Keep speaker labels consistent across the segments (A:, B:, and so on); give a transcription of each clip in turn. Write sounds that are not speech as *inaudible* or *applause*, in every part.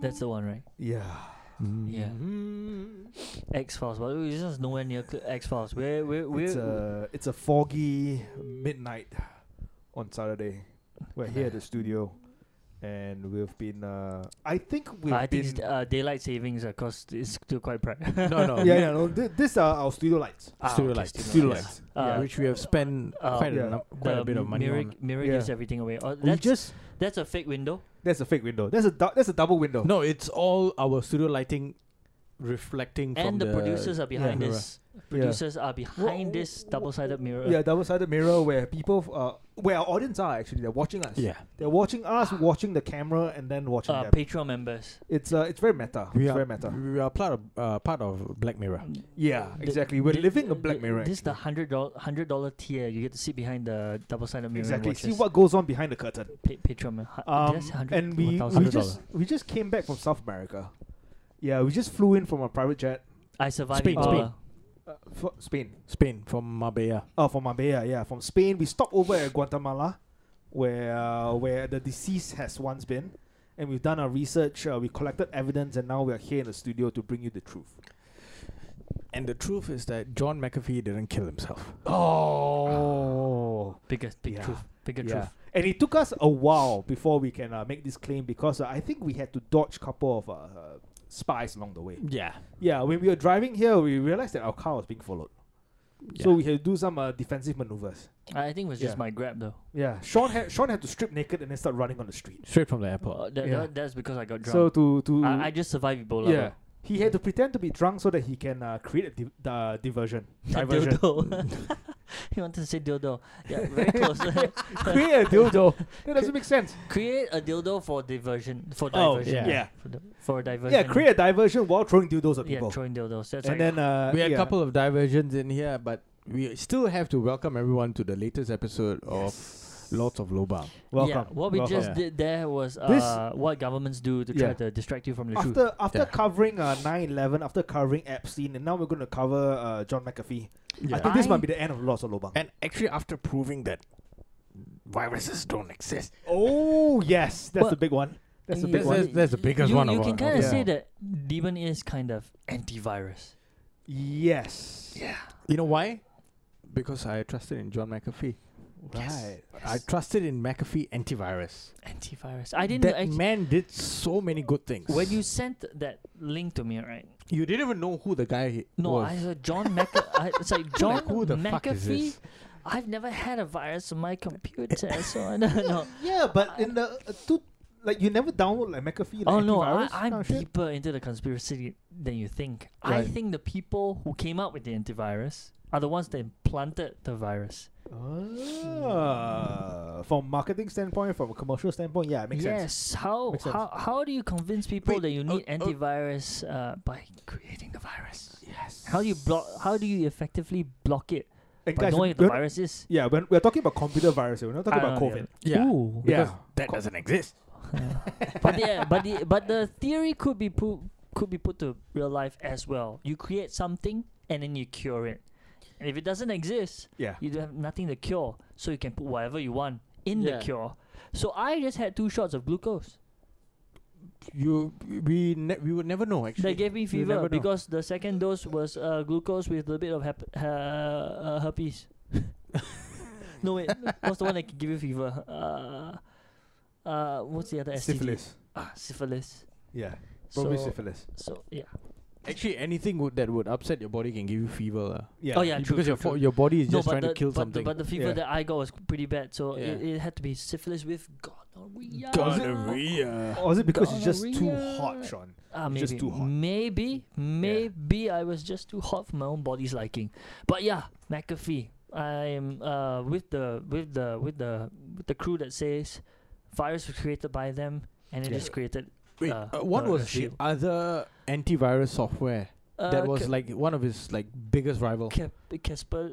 A: That's the one, right?
B: Yeah. Mm-hmm.
A: Yeah. X Files, but it's just nowhere near X Files. We're we're we're
B: It's uh, a it's a foggy midnight on Saturday. We're here at the studio, and we've been. Uh, I think we've
A: I
B: been.
A: think it's, uh, daylight savings uh, cause it's still quite bright.
C: No,
A: *laughs*
C: no.
B: yeah, yeah, *laughs* no. Th- this are our studio lights.
A: Ah,
C: Studio
A: okay,
C: lights.
B: Studio
A: lights.
B: lights.
A: Uh,
B: yeah.
C: which we have spent Um,
A: uh,
C: quite,
B: Yeah.
C: a, num- quite
A: The
C: a bit of money
A: mirror,
C: on.
A: mirror
B: Yeah.
A: gives everything away. Oh,
B: We
A: that's
B: just
A: that's a fake window.
B: that's a fake window. That's a dou- that's a double window.
C: No, it's all our studio lighting reflecting from
A: and the, producers are behind
C: mirror.
A: this. Producers are behind
B: Wha-
A: this double-sided mirror.
B: Yeah, double sided mirror where people, f- uh, where our audience are actually, they're watching us.
C: Yeah.
B: They're watching us, watching the camera, and then watching
A: uh,
B: them.
A: Patreon members.
B: It's uh, it's very meta.
C: We
B: it's
C: are,
B: very meta.
C: we are part of, uh, part of Black Mirror.
B: Yeah,
A: Th-
B: exactly. We're
A: th-
B: living a
A: th-
B: black mirror.
A: This is the hundred dollar hundred dollar tier. You get to sit behind the double-sided mirror.
B: exactly.
A: And watch
B: See
A: us.
B: what goes on behind the curtain.
A: Pa- Patreon. mem- hu-
B: Um,
A: that's 100
B: and we, we
A: 1,000.
B: just we just came back from South America. Yeah, we just flew in from a private jet,
A: I survived Oh.
C: Spain,
A: in
C: Spain.
A: Goa.
B: uh, fro- Spain.
C: Spain from Marbella.
B: Oh, from Marbella, yeah, from Spain. We stopped over at Guatemala, where uh, where the deceased has once been, and we've done our research. Uh, we collected evidence, and now we are here in the studio to bring you the truth.
C: And the truth is that John McAfee didn't kill himself.
B: Oh,
A: Biggest big
B: Yeah.
A: truth. Bigger
B: yeah.
A: truth.
B: And it took us a while before we can uh, make this claim because uh, I think we had to dodge a couple of uh, uh, spies along the way.
C: Yeah.
B: Yeah, when we were driving here, we realized that our car was being followed. So we had to do some uh, defensive maneuvers.
A: I think it was just
B: Yeah.
A: my grab though.
B: Yeah, Sean had Sean had to strip naked and then start running on the street.
C: Straight from the
A: Uh,
C: airport.
A: that,
B: Yeah.
A: that- that's because I got drunk.
B: So to to
A: I, I just survived Ebola.
B: yeah, he had to pretend to be drunk so that he can uh, create a div- uh, *laughs* diversion.
A: though.
B: Diversion. *laughs*
A: *laughs* dildo. he wanted to say dildo. Yeah, very close. *laughs*
B: create a dildo. *laughs* That doesn't make sense.
A: create a dildo for diversion. For
B: Oh,
A: diversion.
C: yeah.
B: Yeah.
A: For, the, for diversion.
B: Yeah, create a diversion while throwing dildos at
A: Yeah,
B: people.
A: throwing dildos. That's
B: and
A: like,
B: then uh,
C: we had
B: yeah.
C: a couple of diversions in here, but we still have to welcome everyone to the latest episode
B: Yes.
C: of Lords of Lobang.
B: Welcome.
A: Yeah, what we
B: welcome.
A: just
C: Yeah.
A: did there was
B: This-
A: uh, what governments do to try
B: Yeah.
A: to distract you from the truth.
B: after after
C: Yeah.
B: covering uh, 9-11, after covering Epstein, and now we're going to cover uh, John McAfee. I think this
A: I-
B: might be the end of Lost of Lobang.
C: And actually, after proving that viruses don't exist,
B: Oh yes, that's
A: Well,
B: the big one. That's the
A: Yeah.
B: big
C: That's-
B: one.
C: that's- that's the biggest
A: you,
C: one
A: You
C: of
A: can
C: all.
A: kind of
B: Yeah.
A: say that Demon is kind of antivirus.
B: Yes.
A: Yeah.
C: you know why? Because I trusted in John McAfee.
B: Right.
C: I trusted in McAfee antivirus.
A: Antivirus. I didn't.
C: that
A: act-
C: man did so many good things.
A: when you sent that link to me, right?
C: you didn't even know who the guy he
A: No,
C: was.
A: I heard John Mc. I, it's like John
C: who the
A: McAfee.
C: fuck is this?
A: I've never had a virus on my computer, so I don't know.
B: Yeah, but in the uh, two, like you never download like McAfee. Like,
A: oh no, I,
B: antivirus
A: I'm
B: kind of shit?
A: deeper into the conspiracy than you think. I
B: Right.
A: think the people who came up with the antivirus are the ones that implanted the virus.
B: Ah, from marketing standpoint, from a commercial standpoint, yeah, it makes
A: yes,
B: sense.
A: how
B: Makes sense.
A: how how do you convince people
C: Wait,
A: that you
C: oh,
A: need
C: oh.
A: antivirus uh, by creating the virus?
B: Yes.
A: How do you block? How do you effectively block it
B: And
A: by
B: guys,
A: knowing what the
B: we're-
A: virus is?
B: Yeah, when we're talking about computer virus, we're not talking
A: I
B: about
A: don't know,
B: COVID.
C: yeah,
A: Ooh.
C: because
B: Yeah.
C: that doesn't exist.
A: but yeah, but the but the theory could be put could be put to real life as well. You create something and then you cure it. And if it doesn't exist,
B: Yeah.
A: you don't have nothing to cure, so you can put whatever you want in
C: Yeah.
A: the cure. So I just had two shots of glucose.
C: You we ne- we would never know actually.
A: They gave me
C: you never
A: fever
C: know.
A: because the second dose was uh, glucose with a bit of hep- uh, uh,
C: *laughs*
A: herpes. no wait, what's the one that can give you fever? Uh, uh, what's the other STD?
B: Syphilis.
A: Ah, syphilis.
B: Yeah. Probably
A: so,
B: syphilis.
A: So yeah.
C: actually anything would, that would upset your body can give you fever. lah.
B: Yeah.
A: Oh yeah, true,
C: because
A: true,
C: your fo-
A: true.
C: your body is
A: No,
C: just
A: but
C: trying
A: the,
C: to kill
A: but
C: something.
A: The, but the fever
B: Yeah.
A: that I got was pretty bad, so it,
C: Yeah.
A: it had to be syphilis with gonorrhea.
C: Gonorrhea.
B: Or Oh, is it because it's just too
A: Gonorrhea.
B: hot, Sean?
A: Ah,
B: It's
A: maybe,
B: just too hot.
A: maybe, maybe I was just too hot for my own body's liking. But yeah, McAfee. I'm uh with the with the with the with the crew that says virus was created by them, and it
C: Yeah.
A: just created.
C: Wait,
A: uh,
C: uh, what
A: the- the
C: was the
A: shield.
C: other antivirus software
A: Uh,
C: that was
A: Ka-
C: like one of his like biggest rival?
A: Ka- Kasper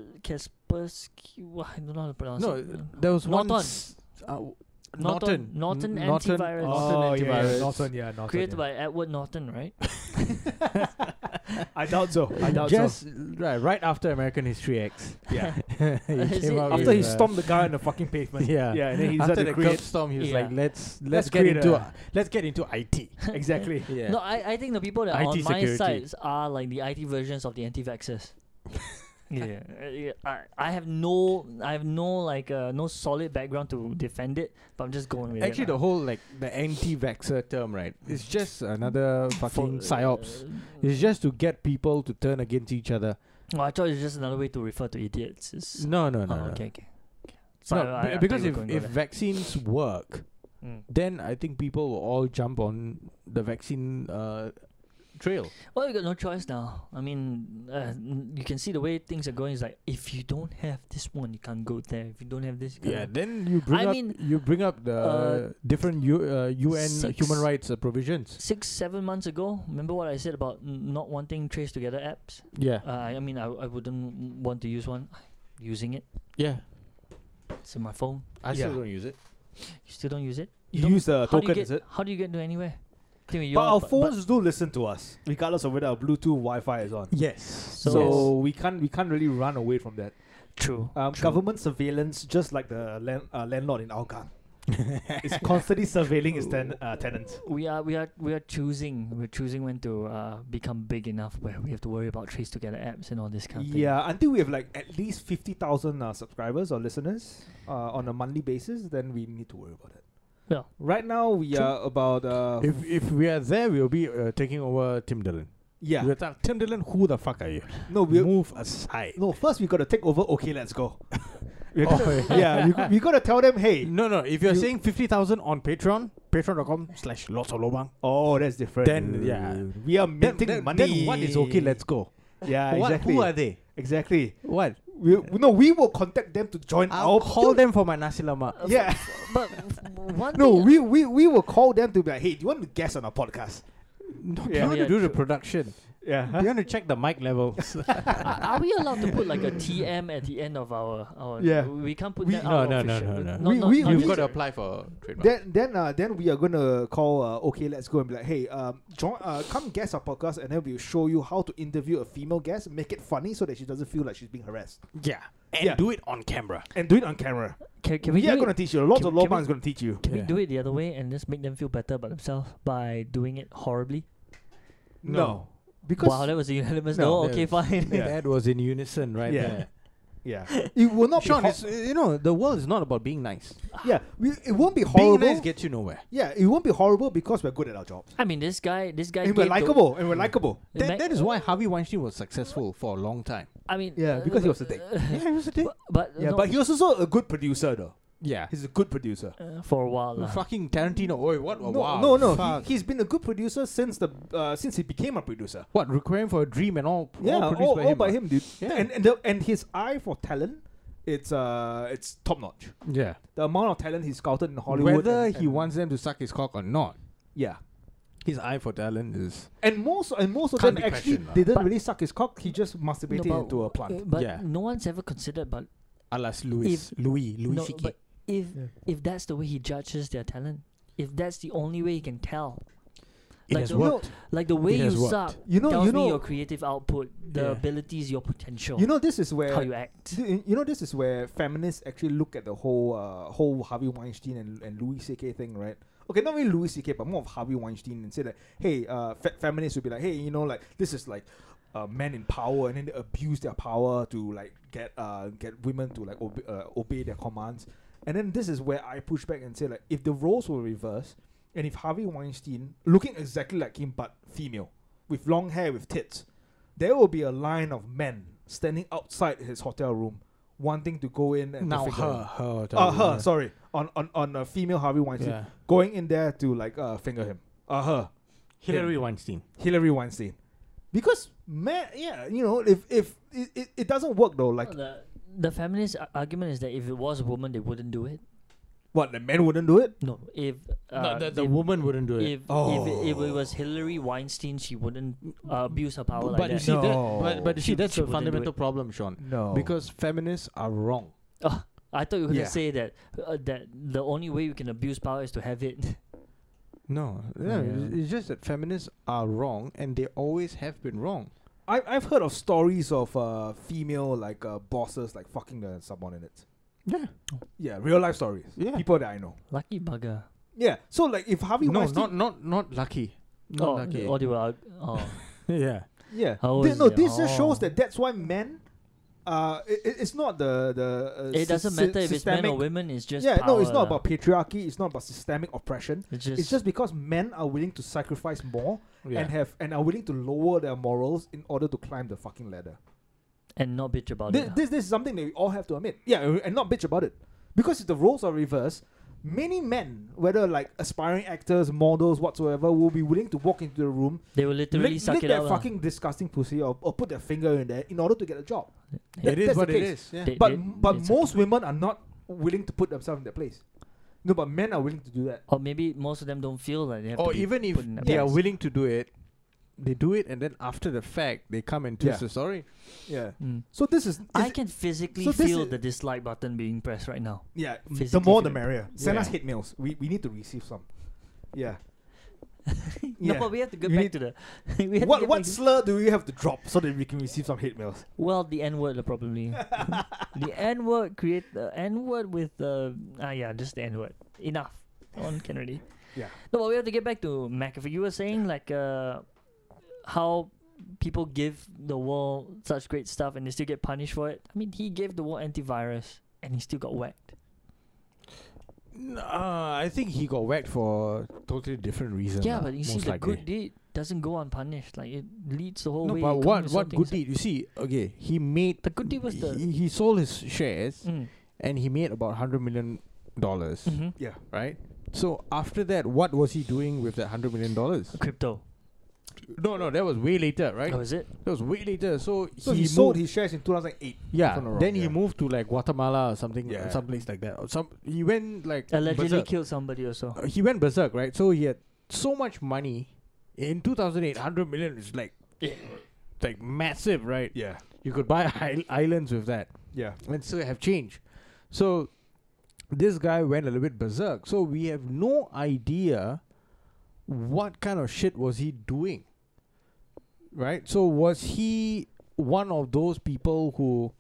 A: Kaspersky. wha- I don't know how to pronounce
C: No, uh,
A: it.
C: there was one.
A: Norton.
C: s- uh, w-
A: Norton. Norton
C: N- Norton
A: antivirus.
C: Norton
B: oh, yeah, yeah,
C: *laughs* antivirus.
B: Norton, yeah, Norton,
A: created
B: yeah.
A: by Edward Norton, right?
B: *laughs* I doubt so. I doubt
C: Just right, right after American History X. *laughs*
B: so.
A: *laughs*
B: Yeah.
C: he
A: Is
C: came
A: it-
C: out
B: After
C: with,
B: he
C: uh,
B: stomped the guy on the fucking pavement.
C: Yeah.
B: Yeah, and then he
C: after
B: decided
C: the
B: to
C: curb
B: create.
C: storm, he was
A: Yeah.
C: like, "Let's let's,
B: Let's
C: get
B: create
C: into
B: a-
C: let's get into
A: *laughs*
C: IT."
B: Exactly.
C: Yeah.
A: No, I, I think the people that
C: IT
A: are on
C: security.
A: my sides are like the IT versions of the
C: *laughs*
A: anti-vaxxers. yeah, uh, yeah, I, I have no I have no like uh, no solid background to defend it, but I'm just going with
C: Actually,
A: it. lah.
C: the whole like the anti-vaxxer term, right? It's just another
A: *laughs*
C: fucking
A: For- uh,
C: psyops. It's just to get people to turn against each other.
A: Oh, I thought it's just another way to refer to idiots. It's,
C: No, no,
A: oh,
C: no. no.
A: okay, okay.
C: No,
A: Sorry, I- I
C: be-
A: thought
C: because
A: you
C: if
A: were going
C: if
A: there.
C: vaccines work,
A: Mm.
C: then I think people will all jump on the vaccine uh, trail.
A: Well, you got no choice now. I mean, uh, n- you can see the way things are going. Is like if you don't have this one, you can't go there. If you don't have this, you can't
C: Yeah,
A: go-
C: then you bring
A: I
C: up
A: mean,
C: you bring up the
A: uh,
C: different U, uh, UN
A: six-
C: human rights uh, provisions.
A: Six, seven months ago, remember what I said about n- not wanting trace together apps?
C: Yeah,
A: Uh, I I mean, I, I wouldn't w- want to use one. Using it,
C: yeah.
A: it's in my phone.
C: I
B: Yeah.
C: still don't use it.
A: You still don't use it.
B: You
A: don't-
B: use the
A: how do you
B: token,
A: get?
B: is it?
A: How do you get to anywhere? Anyway,
B: But
A: you're-
B: our phones do listen to us, regardless of whether our Bluetooth Wi-Fi is on.
C: Yes.
B: So,
A: So-
B: we can't we can't really run away from that.
A: true.
B: Um,
A: true.
B: government surveillance, just like the land, uh, landlord in Hougang,
C: *laughs*
A: *laughs*
B: is constantly surveilling its ten, uh, tenants.
A: We are we are we are choosing we're choosing when to uh, become big enough where we have to worry about trace together apps and all this kind of thing.
B: Yeah, until we have like at least fifty thousand uh, subscribers or listeners uh, on a monthly basis, then we need to worry about it.
A: Yeah.
B: Right now we
C: True.
B: are about uh,
C: if if we are there, we'll be uh, taking over Tim Dillon.
B: yeah.
C: We're talk- Tim Dillon, who the fuck are you?
B: No, we
C: Move aside.
B: no first we gotta take over. Okay, let's go. *laughs* We're
C: *laughs* Oh,
B: gonna- yeah, we, we gotta tell them, hey,
C: No, no. If you're
B: You-
C: saying fifty thousand on Patreon, patreon.com slash lots of lobang,
B: oh, that's different.
C: Then, yeah.
B: we are
C: then,
B: minting
C: then,
B: money.
C: then what is okay? Let's go.
B: yeah,
C: What-
B: exactly,
C: Who are they?
B: exactly.
C: What?
B: We no, we will contact them to join
C: I'll
B: our
C: call them for my nasi lemak.
B: Yeah,
A: Uh,
B: *laughs*
A: But one
B: no,
A: thing-
B: we, we we will call them to be like, hey, do you want to guest on our podcast?
C: No,
B: Yeah.
C: you want
A: Yeah,
C: to do the
A: true.
C: production.
B: *laughs* Yeah,
C: You want to check the mic *laughs* level.
A: uh, are, are we allowed to put like a TM at the end of our our?
B: Yeah.
A: We can't put
B: We-
A: that
C: no,
A: out
C: no, no,
A: official-
C: no, no.
A: not-
B: We-
A: not-
B: we-
A: not
B: You've
A: used.
C: apply for trademark.
B: Then then uh, then we are gonna call uh, okay let's go and be like hey um join uh, come guest our podcast and then we'll show you how to interview a female guest make it funny so that she doesn't feel like she's being harassed
C: yeah, and
B: Yeah.
C: do it on camera.
B: and do it on camera.
A: Can, can
B: we,
A: we do
B: are
A: it-
B: gonna teach you. Lots
A: can-
B: of
A: can
B: Lobang
A: we-
B: is gonna teach you.
A: Can
C: Yeah.
A: we do it the other way and just make them feel better about themselves by doing it horribly?
B: No,
C: No.
B: because
A: wow, that was a unanimous
B: No,
A: no.
C: that
A: okay,
C: was-
A: fine.
B: *laughs* Yeah.
C: That was in unison, right?
B: Yeah.
C: there.
B: yeah, it will *laughs* not
C: Sean,
B: be.
C: it's, uh, you know the world is not about being nice.
B: yeah, we, it won't be *laughs* horrible.
C: Being nice gets you nowhere.
B: yeah, it won't be horrible because we're good at our jobs
A: I mean, this guy, this guy.
B: and we're
A: gave the-
B: likable and we're likable.
A: the
C: That,
A: Mac-
C: that is why Harvey Weinstein was successful for a long time.
A: I mean,
B: Yeah,
A: uh,
B: because he
A: but-
B: was a dick.
C: *laughs* yeah, he was a dick.
A: But, but
B: Yeah,
A: no,
B: but he was also a good producer though.
C: Yeah.
B: He's a good producer. Oh,
A: uh, for a while. lah.
C: *laughs* Fucking Tarantino. Oi, what?
B: No,
C: wow.
B: no, no.
C: Fuck.
B: He, has been a good producer since the uh, since he became a producer.
C: what? Requiem for a Dream and all.
B: Yeah, all,
C: all produced
B: all,
C: by
B: by,
C: him. ah?
B: him, dude.
C: Yeah.
B: And and, the, and his eye for talent, it's uh, it's top notch.
C: yeah.
B: The amount of talent he's scouted in Hollywood.
C: Whether
B: and-
C: he
B: and-
C: wants them to suck his cock or not,
B: yeah.
C: his eye for talent is.
B: And most and most of
C: Can't
B: them
C: be
B: actually
C: questioned, lah.
B: didn't
A: But-
B: really suck his cock. He just masturbated
A: No, but-
B: into a
A: uh,
B: plant.
A: But
C: Yeah.
A: no one's ever considered. But
C: Alas, Louis. Louis. Louis
A: no,
C: CK.
A: but if
B: Yeah.
A: if that's the way he judges their talent, if that's the only way he can tell,
C: it
A: like
C: has
A: the-
C: worked.
A: like the way
C: It
A: you
C: has worked.
A: suck
B: You know,
A: tells
B: you
A: me
B: know,
A: your creative output, the
C: Yeah.
A: abilities, your potential,
B: you know. This is where
A: how you act.
B: Th- You know, this is where feminists actually look at the whole uh, whole Harvey Weinstein and, and Louis C.K. thing, right? Okay, not really Louis C.K., but more of Harvey Weinstein and say that, hey, uh, fe- feminists would be like, hey, you know, like this is like uh, men in power, and then they abuse their power to like get uh, get women to like obe- uh, obey their commands. And then this is where I push back and say like, if the roles were reversed, and if Harvey Weinstein, looking exactly like him but female, with long hair, with tits, there will be a line of men standing outside his hotel room wanting to go in and
C: Now
B: to finger
C: her,
B: him.
C: her,
B: Uh, her, sorry, on on on a female Harvey Weinstein
C: Yeah.
B: going in there to like uh, finger him. Uh, her,
C: Hillary Weinstein.
B: Hillary Weinstein, because man, yeah, you know, if if it, it, it doesn't work though, like
A: the, the feminist ar- argument is that if it was a woman, they wouldn't do it.
B: what the men wouldn't do it.
A: No, if uh, if,
C: woman wouldn't do
A: if, if, if it
B: Oh.
A: was Hillary Weinstein, she wouldn't
C: Mm,
A: uh, abuse her power
C: but
A: like
C: you
A: that.
C: see,
B: No.
C: that, but, but you see,
A: She-
C: that's
A: she
C: a
A: wouldn't do
C: fundamental
A: it.
C: problem, Sean.
B: No,
C: Because feminists are wrong.
A: *laughs* Oh, I thought you were
B: Yeah.
A: gonna say that uh, that the only way you can abuse power is to have it. *laughs*
C: No, no,
A: Yeah.
C: it's just that feminists are wrong, and they always have been wrong.
B: I, I've heard of stories of uh, female like uh, bosses like fucking uh, the subordinates.
C: Yeah,
B: Yeah, real life stories.
C: yeah.
B: People that I know.
A: Lucky bugger.
B: Yeah. So like if Harvey
C: no,
B: Weinstein,
C: not not not lucky. Not
A: oh,
C: lucky.
A: oh, they were out. Oh,
C: yeah.
B: yeah,
A: How
B: Th-
A: is
B: no,
A: it?
B: this just shows
A: Oh.
B: that that's why men. Uh, it, it's not the the. Uh,
A: it
B: sys-
A: doesn't matter if it's men or
B: systemic-
A: women. It's just
B: yeah, no, it's not
A: power lah.
B: about patriarchy. It's not about systemic oppression.
A: It's just,
B: It's just because men are willing to sacrifice more
C: yeah.
B: and have and are willing to lower their morals in order to climb the fucking ladder.
A: and not bitch
C: Oh,
A: about
B: This,
A: it. lah.
B: this this is something that we all have to admit. Yeah, and- and not bitch about it, because if the roles are reversed, many men, whether like aspiring actors, models, whatsoever, will be willing to walk into the room,
A: they will literally
B: lick,
A: suck
B: lick
A: it uh.
B: their
A: out. lah.
B: fucking disgusting pussy, or, or put their finger in there in order to get a job.
C: it is
B: that's the
C: what it
B: case.
C: is. Yeah.
A: They-
B: But
A: they- they
B: but
A: suck
B: most women are not willing to put themselves in that place. No, but men are willing to do that.
A: Or maybe most of them don't feel like they have
C: or
A: to be
C: Oh, even if
A: put in that
C: they are
A: place.
C: willing to do it, they do it, and then after the fact, they come and
B: Yeah.
C: twist the story.
B: Yeah.
A: Mm.
B: So this is, is-
A: I can physically
B: so this
A: feel
B: is-
A: the dislike button being pressed right
B: *laughs*
A: now. *laughs*
B: yeah. The
A: physically
B: more the
A: feel it.
B: merrier. Send
C: Yeah.
B: us hate mails. We we need to receive some. Yeah.
A: No,
B: Yeah.
A: but we have to get
B: You
A: back
B: need-
A: to the. *laughs* we have to
B: What
A: get
B: what
A: back to-
B: slur do we have to drop so that we can receive some hate mails? *laughs*
A: Well, the N word probably. the N word create the N word with the ah yeah, just the N word. Enough. On can already.
B: Yeah.
A: No, but we have to get back to McAfee. You were saying like uh, how people give the world such great stuff and they still get punished for it. I mean, he gave the world antivirus and he still got whacked.
C: N- Uh, I think he got whacked for totally different reasons.
A: yeah,
C: lah,
A: but you see,
C: most
A: the
C: likely.
A: good deed doesn't go unpunished. Like it leads the whole
C: No,
A: way.
C: but
A: it
C: what
A: comes to
C: what
A: something.
C: good deed? You see, okay, he made
A: The good deed was the-
C: he, he sold his shares
A: Mm.
C: and he made about hundred million dollars,
A: hmm
B: Yeah.
C: right? So after that, what was he doing with that hundred million dollars?
A: Crypto.
C: No, no, that was way later, right?
A: Oh, is it?
C: That was way later. So,
B: So
C: he,
B: he, sold
C: moved-
B: his shares in 2008.
C: yeah.
B: if I'm not
C: Then
B: wrong,
C: he
B: yeah.
C: moved to like Guatemala or something,
B: Yeah.
C: some place like that. Or some he went like
A: Allegedly
C: berserk.
A: killed somebody or so.
C: Uh, he went berserk, right? So he had so much money in 2008, 100 million is like like massive, right?
B: Yeah.
C: You could buy *laughs* isl- islands with that
B: Yeah.
C: and still have change. So this guy went a little bit berserk. So we have no idea what kind of shit was he doing. Right? So was he one of those people who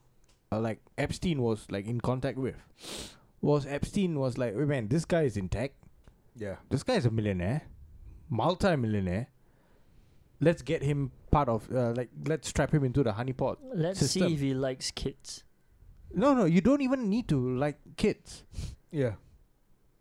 C: uh, like Epstein was like in contact with? Was Epstein was like, "Wait, man, this guy is intact.
B: Yeah.
C: This guy is a millionaire, multi-millionaire. Let's get him part of uh, like let's trap him into the honeypot."
A: Let's
C: system.
A: see if he likes kids.
C: No, no, you don't even need to like kids.
B: Yeah.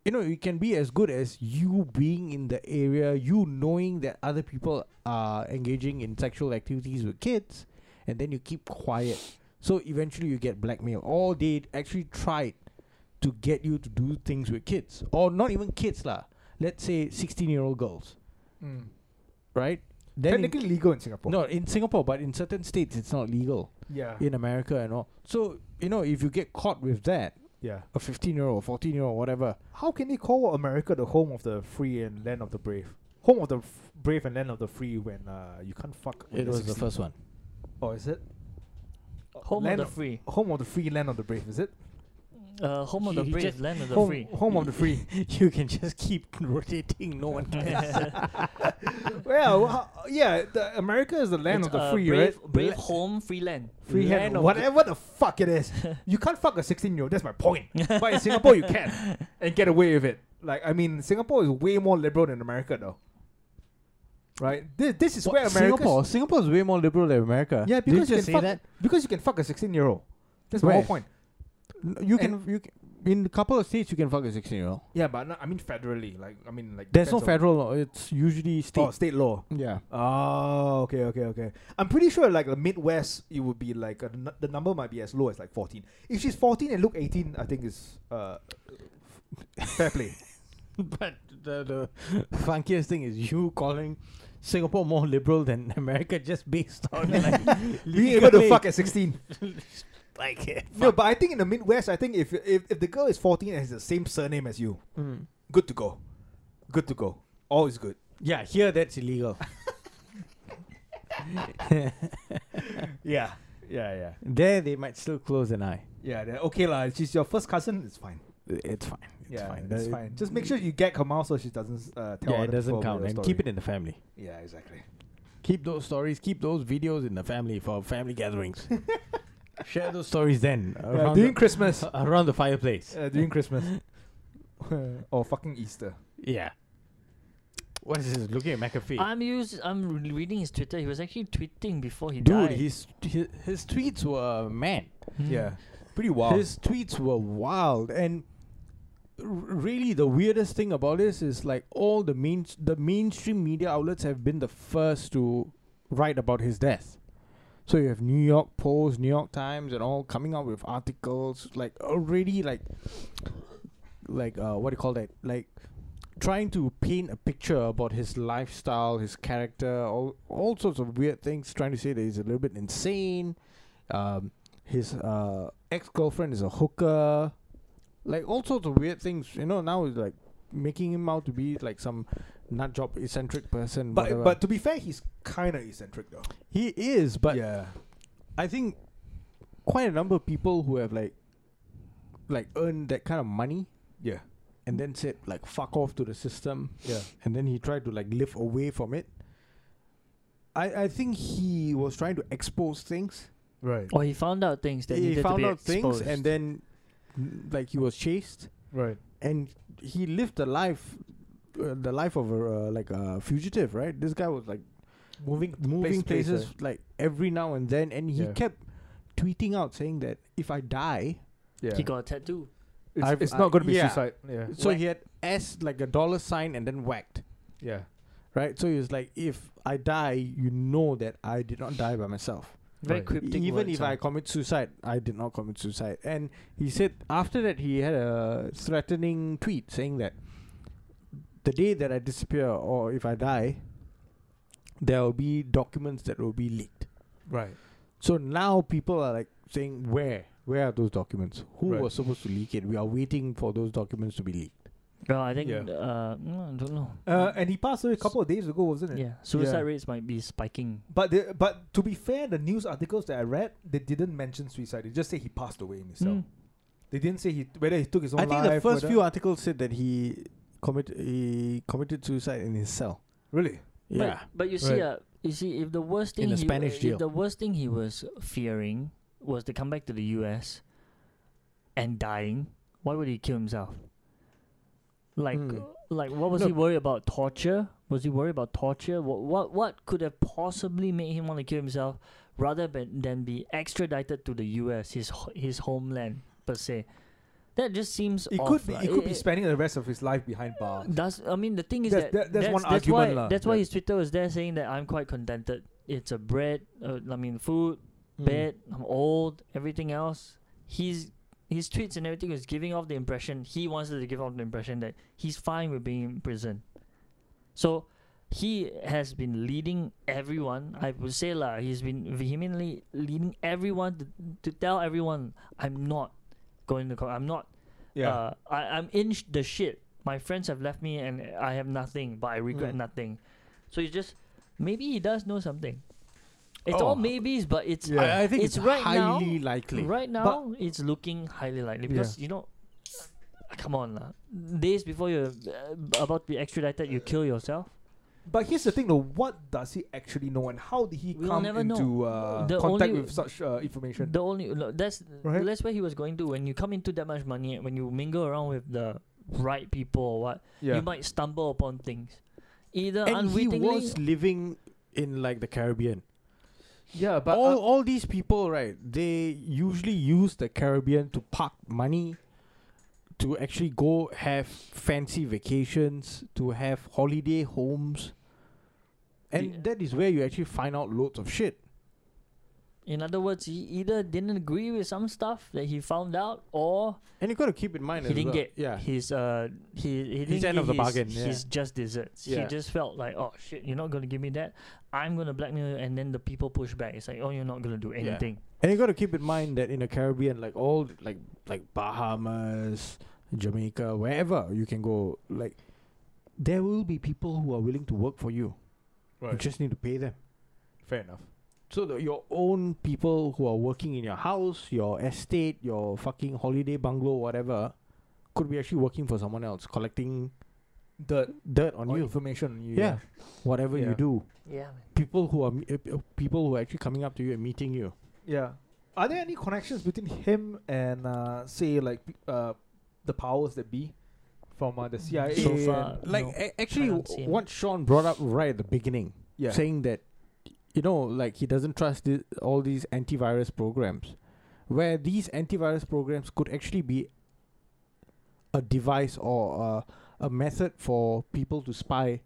C: You know, you can be as good as you being in the area, you knowing that other people are engaging in sexual activities with kids, and then you keep quiet. So eventually you get blackmail. Or they actually tried to get you to do things with kids. Or not even kids lah. Let's say sixteen year old girls.
B: Mm.
C: Right? Then in-
B: Technically legal in Singapore.
C: no, in Singapore, but in certain states it's not legal.
B: Yeah.
C: In America and all. So, you know, if you get caught with that,
B: Yeah.
C: a 15 year old, 14 year old, whatever.
B: How can they call America the home of the free and land of the brave? Home of the f- brave and land of the free when uh, you can't fuck. when
C: It
B: you're
C: was the
B: 16.
C: first *laughs* one.
B: Oh, is it? Uh,
A: Home
B: land
A: of the free.
B: home of the free, land of the brave. Is it?
A: Uh, home of the
C: You
A: brave,
C: just-
A: land of the
B: home,
A: free.
B: home of the free.
C: *laughs* you can just keep *laughs* rotating. No one
B: well, ho- yeah, the America is the land
A: It's,
B: of the
A: uh,
B: free,
A: brave,
B: right?
A: Brave home, free land.
B: Free
C: land
B: hand,
C: of
B: whatever the fuck it
C: *laughs*
B: is. You can't fuck a 16 year old, that's my point. But in Singapore, you can and get away with it. Like, I mean, Singapore is way more liberal than America, though. Right? This, this is where America.
C: Singapore, Singapore is way more liberal than America.
B: Yeah,
C: Did you
B: because you,
C: just
B: can
C: say
B: fuck,
C: that
B: because you can fuck a 16 year old. That's my whole
C: Where?
B: point.
C: N- you can you can, in a couple of states you can fuck a 16 year old.
B: Yeah, but no, I mean federally. Like, I mean, like.
C: There's no
B: depends
C: federal law. It's usually state.
B: on- Oh, state law.
C: Yeah.
B: Oh, okay, okay, okay. I'm pretty sure like the Midwest, it would be like a, nu- the number might be as low as like 14. If she's 14 and look 18, I think is uh, *laughs* fair
C: *laughs*
B: play.
C: *laughs* but the, *laughs* the funkiest thing is you calling Singapore more liberal than *laughs* America just based on *laughs* like
B: Being able to fuck at
C: *laughs*
B: 16. *laughs*
C: like it.
B: No, but I think in the Midwest, I think if if, if the girl is 14 and has the same surname as you,
C: Mm.
B: good to go. Good to go. All is good.
C: Yeah, here that's illegal.
B: Yeah. Yeah, yeah.
C: there they might still close an eye.
B: Yeah, then okay lah. She's your first cousin, it's fine.
C: It's fine.
B: yeah,
C: fine.
B: It's
C: That-
B: fine. Just make sure you get Kamal so she doesn't uh, tell.
C: yeah, it
B: other people
C: doesn't
B: about
C: count.
B: the
C: And
B: story.
C: keep it in the family.
B: Yeah, exactly.
C: Keep those stories. Keep those videos in the family for family
B: *laughs*
C: gatherings. Share those stories then
B: Yeah,
C: around,
B: during
C: the, *laughs*
B: Christmas.
C: around the fireplace.
B: Uh, during *laughs* Christmas. or Oh, fucking Easter.
C: Yeah. What is this? Looking at McAfee.
A: I'm used. I'm re- reading his Twitter. He was actually tweeting before he
C: Dude,
A: died.
C: his, his his tweets were man.
A: Hmm.
B: Mm. Pretty wild.
C: His tweets were wild, and r- really the weirdest thing about this is like all the main the mainstream media outlets have been the first to write about his death. So you have New York Post, New York Times, and all coming out with articles like already like like uh, what do you call that? Like trying to paint a picture about his lifestyle, his character, all all sorts of weird things. Trying to say that he's a little bit insane. Um, his uh, ex girlfriend is a hooker, like all sorts of weird things. You know, now it's like making him out to be like some nut job eccentric person.
B: but
C: whatever.
B: but to be fair, he's kind of eccentric though.
C: he is. But
B: yeah,
C: I think quite a number of people who have like like earned that kind of money
B: yeah,
C: and then said like fuck off to the system
B: yeah.
C: and then he tried to like live away from it. I I think he was trying to expose things.
B: Right,
A: Or Oh, he found out things that
C: he
A: needed to
C: found
A: be
C: out things
A: exposed.
C: and then mm, like he was chased
B: right.
C: and he lived the life uh, the life of a uh, like a fugitive, right? This guy was like
B: Moving,
C: moving places like every now and then and he
B: Yeah.
C: kept tweeting out saying that if I die
B: Yeah,
A: he got a tattoo.
B: it's,
C: I've-
B: it's not going to be
C: yeah.
B: suicide. Yeah,
C: So
A: Whack.
C: he had S like a dollar sign and then whacked,
B: yeah,
C: right? So he was like, if I die, you know that I did not die by myself.
A: Very
B: Right.
A: cryptic.
C: Even
A: words,
C: if
A: huh?
C: I commit suicide, I did not commit suicide. And he said after that he had a threatening tweet saying that the day that I disappear or if I die, there will be documents that will be leaked.
B: right.
C: So now people are like saying, where, where are those documents? Who
B: Right.
C: was supposed to leak it? We are waiting for those documents to be leaked.
A: Well, I think.
B: Yeah.
A: Uh, mm, I don't know.
B: Uh, and he passed away a couple of days ago, wasn't it?
A: yeah, suicide rates might be spiking.
B: But the, but to be fair, the news articles that I read, they didn't mention suicide. They just say he passed away in his cell.
A: Mm.
B: They didn't say he whether he took his own
C: I think
B: life.
C: the first
B: whether-
C: few articles said that he commit he committed suicide in his cell.
B: really.
A: But, but you see,
B: Right.
A: uh, you see, if the worst
C: In
A: thing
C: a
A: he,
C: Spanish
A: if
C: jail.
A: the worst thing he was fearing was to come back to the U.S. and dying, why would he kill himself? Like,
C: Hmm.
A: like, what was
C: No.
A: he worried about? Torture? Was he worried about torture? What, what, what could have possibly made him want to kill himself rather than, than be extradited to the U.S. his ho- his homeland per se? That just seems
B: It
A: off,
B: could be.
A: lah.
B: It could be
A: It-
B: spending the rest of his life behind bars.
A: that's I mean the thing is
B: That's- that-
A: that
B: that's one argument
A: why
B: lah.
A: that's why
B: Yeah.
A: his Twitter was there saying that I'm quite contented. It's a bread, uh, I mean food,
C: Hmm.
B: Hmm.
A: bed. I'm old, everything else. He's his tweets and everything was giving off the impression he wants to give off the impression that he's fine with being in prison. So he has been leading everyone. I would say lah, he's been vehemently leading everyone to, to tell everyone I'm not going to. Co- I'm not
B: Yeah,
A: uh, I, I'm in sh- the shit. My friends have left me and I have nothing, but I regret
C: Mm.
A: nothing. So it's just maybe he does know something. It's all
C: Oh.
A: maybes, but it's
B: Yeah.
C: I, I think it's,
A: It's right now-
C: highly likely.
A: right now it's looking highly likely because you know, ah, come on lah. Days before you're uh, b- about to be extradited, you kill yourself.
B: but here's the thing though: what does he actually know, and how did he
A: We'll
B: come
A: never know.
B: into uh,
A: The
B: contact
A: only-
B: with such uh, information?
A: The only no, that's
B: Right.
A: that's where he was going to. When you come into that much money, when you mingle around with the right people or what,
B: yeah,
A: you might stumble upon things, either
C: and he
A: unwittingly.
C: was living in like the Caribbean.
B: yeah, but
C: all
B: uh,
C: all these people, right? They usually use the Caribbean to park money, to actually go have fancy vacations, to have holiday homes, and
A: Yeah.
C: that is where you actually find out loads of shit.
A: In other words, he either didn't agree with some stuff that he found out, or
C: And you got to keep in mind
A: he
C: as
A: didn't
C: well-
A: get
C: yeah.
A: his uh he, he didn't
C: end
A: get
C: of the
A: his,
C: bargain, yeah.
A: His just desserts.
C: Yeah.
A: He just felt like, oh shit, you're not gonna give me that. I'm gonna blackmail you, and then the people push back. It's like, oh, you're not gonna do
C: Yeah.
A: anything.
C: And you got to keep in mind that in the Caribbean, like all like like Bahamas, Jamaica, wherever you can go, like there will be people who are willing to work for you. You just need to pay them.
B: fair enough.
C: So the, your own people who are working in your house, your estate, your fucking holiday bungalow, whatever,
D: could be actually working for someone else, collecting
B: dirt
D: dirt on
B: or
D: you.
B: information on you.
D: Yeah. Whatever
B: Yeah.
D: you do,
A: Yeah, man.
D: people who are me-
C: eh,
D: uh, uh, people who are actually coming up to you and meeting you.
B: Yeah. Are there any connections between him and uh, say like p- uh, the powers that be from uh, the CIA?
A: So
B: and-
A: far,
D: Eh, Like
A: No,
D: a- actually,
A: don't see
D: w-
A: him.
D: what Sean brought up right at the beginning,
B: yeah.
D: saying that you know, like he doesn't trust thi- all these antivirus programs, where these antivirus programs could actually be a device or a, a method for people to spy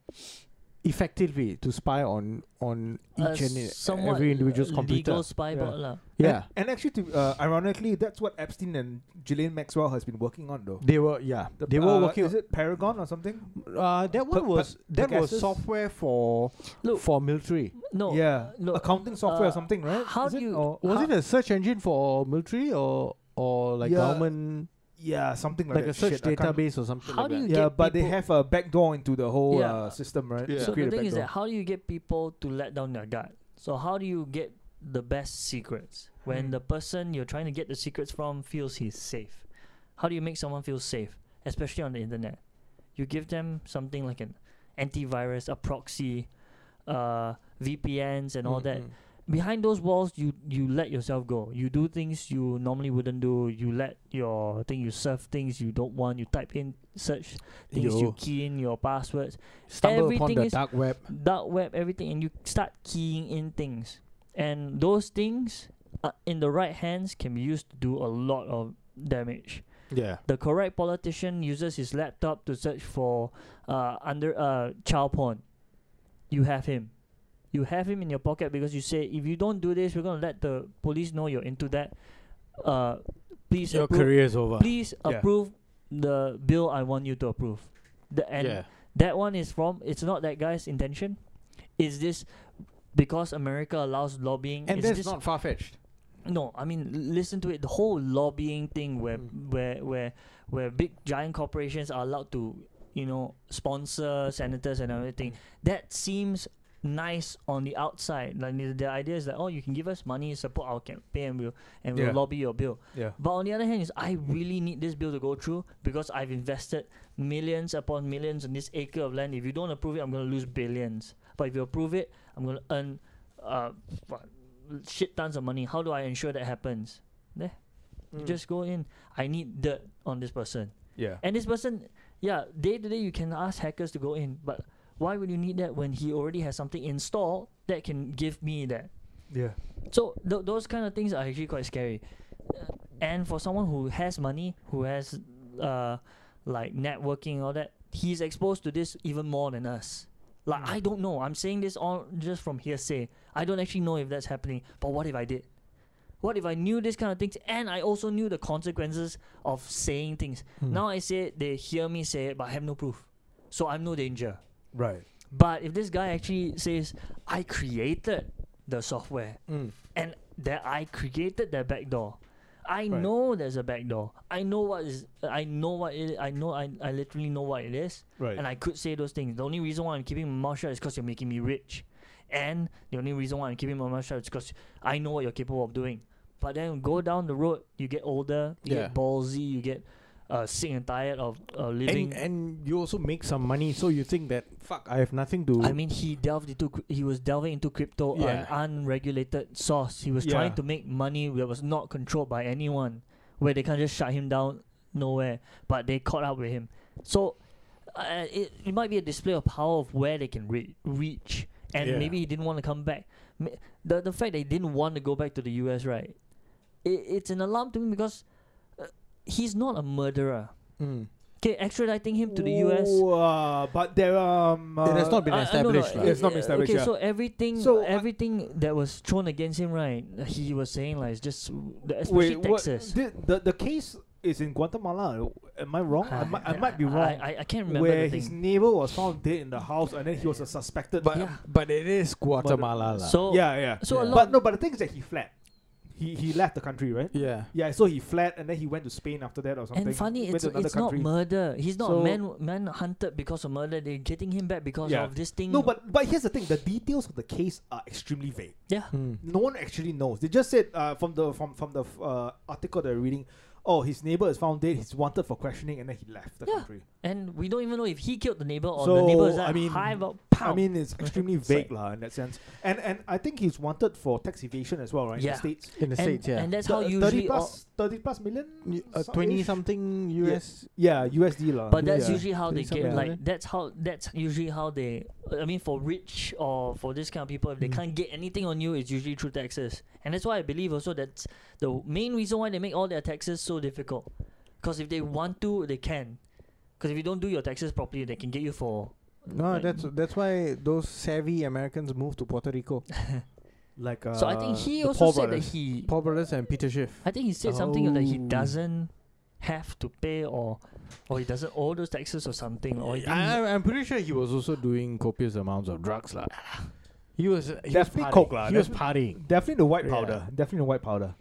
D: effectively to spy on on
A: Uh,
D: each and e-
A: somewhat
D: every individual's
A: l-
D: computer.
A: Legal spy
B: Yeah.
A: bot lah.
B: And-
D: Yeah,
B: And, actually, to, uh, ironically, that's what Epstein and Gillian Maxwell has been working on, though.
D: they were yeah
B: The-
D: they were
B: uh,
D: working.
B: Is it Paragon or something?
D: Uh, that one
B: Pe-
D: was
B: pe-
D: that was
B: Pegasus?
D: software for
A: Look,
D: for military.
A: no.
B: yeah.
A: no,
B: Accounting software or
A: uh,
B: something, right?
A: how
B: Is
A: do
B: it?
A: you-
B: Or,
D: Was
A: Huh?
D: it a search engine for military or or like
B: Yeah,
D: government
B: yeah, something like,
D: like
B: that
D: a search
B: shit. I can't-
D: database or something?
A: How
D: like
A: do
D: that.
A: you-
B: Yeah,
A: get
B: but they
A: people-
B: have a backdoor into the whole
A: Yeah.
B: uh, system, right?
D: Yeah.
B: To
A: So the
B: create a
A: thing is
B: backdoor.
A: that how do you get people to let down their guard? So how do you get the best secrets when
B: Hmm.
A: the person you're trying to get the secrets from feels he's safe? How do you make someone feel safe, especially on the internet? You give them something like an antivirus, a proxy, uh, VPNs, and all that.
D: Mm, mm.
C: Mm-hmm.
A: Behind those walls, you you let yourself go. You do things you normally wouldn't do. You let your thing. You surf things you don't want. You type in search things. You
D: Yo,
A: key in your passwords
D: stumble upon
A: everything
D: the
A: is-
D: dark web.
A: dark web, everything, and you start keying in things. And those things, uh, in the right hands, can be used to do a lot of damage.
D: Yeah.
A: The correct politician uses his laptop to search for uh, under uh, child porn. You have him. You have him in your pocket because you say, if you don't do this, we're gonna let the police know you're into that. Uh, please approve.
D: is over.
A: Please
B: Yeah.
A: approve the bill I want you to approve. The, and that one is from it's not that guy's intention is this because america allows lobbying
D: And
A: is
D: that's
A: this
D: not far fetched.
A: no i mean l- listen to it the whole lobbying thing where
D: Mm.
A: where where where big giant corporations are allowed to you know sponsor senators and everything
D: Mm.
A: that seems nice on the outside like the, the idea is that oh you can give us money support our campaign and we'll and we'll
B: Yeah.
A: lobby your bill
B: yeah.
A: but on the other hand, is I really need this bill to go through because I've invested millions upon millions on this acre of land. If you don't approve it, I'm gonna lose billions. But if you approve it, I'm gonna earn uh what, shit tons of money. How do I ensure that happens? There, you just go in. I need dirt on this person.
B: Yeah.
A: And this person, yeah, day to day you can ask hackers to go in, but why would you need that when he already has something installed that can give me that?
B: Yeah.
A: So th- those kind of things are actually quite scary. Uh, And for someone who has money, who has uh, like networking and all that, he's exposed to this even more than us. Like
B: Mm.
A: I don't know. I'm saying this all just from hearsay. I don't actually know if that's happening. But what if I did? What if I knew this kind of things and I also knew the consequences of saying things? Now I say it, they hear me say it, but I have no proof. So I'm no danger.
B: Right.
A: But if this guy actually says, I created the software, and that I created that backdoor. I
B: Right.
A: know there's a backdoor. I know what is. I know what it. I know. I, I literally know what it is,
B: Right.
A: and I could say those things. The only reason why I'm keeping my mouth shut is because you're making me rich, and the only reason why I'm keeping my mouth shut is because I know what you're capable of doing. But then go down the road, you get older, you
D: Yeah.
A: get ballsy, you get uh, sick and tired of uh, living.
D: And and you also make some money, so you think that fuck, I have nothing to.
A: I mean, he delved into cr- he was delving into crypto,
D: Yeah.
A: an unregulated source. He was
B: Yeah.
A: trying to make money that was not controlled by anyone, where they can't just shut him down nowhere. But they caught up with him, so uh, it it might be a display of power of where they can re- reach. And
D: Yeah.
A: maybe he didn't want to come back. Ma- The the fact that he didn't want to go back to the U.S. right, it, it's an alarm to me because uh, he's not a murderer.
D: Mm.
A: Okay, extraditing him to the U.S.
B: Uh, but there um.
D: it has
B: uh,
D: not been
A: Uh, uh, no, no,
D: established.
A: uh,
D: lah.
B: It's not been
A: uh,
B: established,
A: Okay,
B: yeah.
A: so everything,
B: So, uh,
A: everything that was thrown against him, right? He was saying like, it's just the-
B: Wait,
A: especially
B: what?
A: Texas.
B: The, the the case is in Guatemala. Am I wrong? I, might, I might be wrong.
A: Ah, I, I, I can't remember
B: where
A: the
B: his
A: thing.
B: neighbor was found dead in the house, and then he was a suspected.
D: but
A: yeah.
D: but it is Guatemala. lah.
A: So
B: yeah, yeah.
A: so a
D: Yeah.
A: lot.
B: But no, but the thing is that he fled. He he left the country, right?
D: yeah.
B: Yeah, so he fled, and then he went to Spain after that or something.
A: and funny,
B: Went
A: it's,
B: to another
A: it's not
B: country.
A: murder. He's not
B: So-
A: man man hunted because of murder. They're getting him back because
B: Yeah.
A: of this thing.
B: No, but but here's the thing: the details of the case are extremely vague.
A: yeah,
C: Hmm.
D: Mm.
B: No one actually knows. They just said uh, from the from from the uh, article they're reading, oh, his neighbor is found dead. He's wanted for questioning, and then he left the
A: Yeah.
B: country.
A: And we don't even know if he killed the neighbor or the neighbor is
B: So, I mean-
A: like, high about
B: I
A: pound.
B: mean, it's extremely
A: Sorry.
B: vague, lah, in that sense. And and I think he's wanted for tax evasion as well, right? In
A: Yeah.
B: the states.
C: in the
A: and,
C: states. Yeah,
A: and that's
B: Th-
A: how
B: thirty
A: usually. all-
B: plus, thirty plus million,
C: Y- uh,
B: some-
C: twenty
B: ish?
C: something
B: Yeah.
C: US.
B: Yeah, USD, lah.
A: But
C: Yeah.
A: that's usually how they
C: Something
A: get
B: like
A: like that's how that's usually how they I mean for rich or for this kind of people if they
C: Mm.
A: can't get anything on you it's usually through taxes. And that's why I believe also that's the main reason why they make all their taxes so difficult. Cuz if they want to they can. Cuz if you don't do your taxes properly they can get you for
C: No,
A: like-
C: that's that's why those savvy Americans moved to Puerto *laughs* Rico.
B: like uh,
A: So I think he
B: the
A: also
B: Paul
A: said that
B: brothers.
A: he
C: Paul Brothers and Peter Schiff.
A: I think he said something that he
C: Oh.
A: doesn't have to pay or or he doesn't owe those taxes or something or he
C: I,
A: didn't-
C: I'm- I'm pretty sure he was also doing copious amounts of drugs, lah. He was he
B: Definitely
C: was partying.
B: coke lah,
C: He was
B: definitely-
C: partying.
B: Definitely the white
C: Yeah.
B: powder. Definitely the white powder.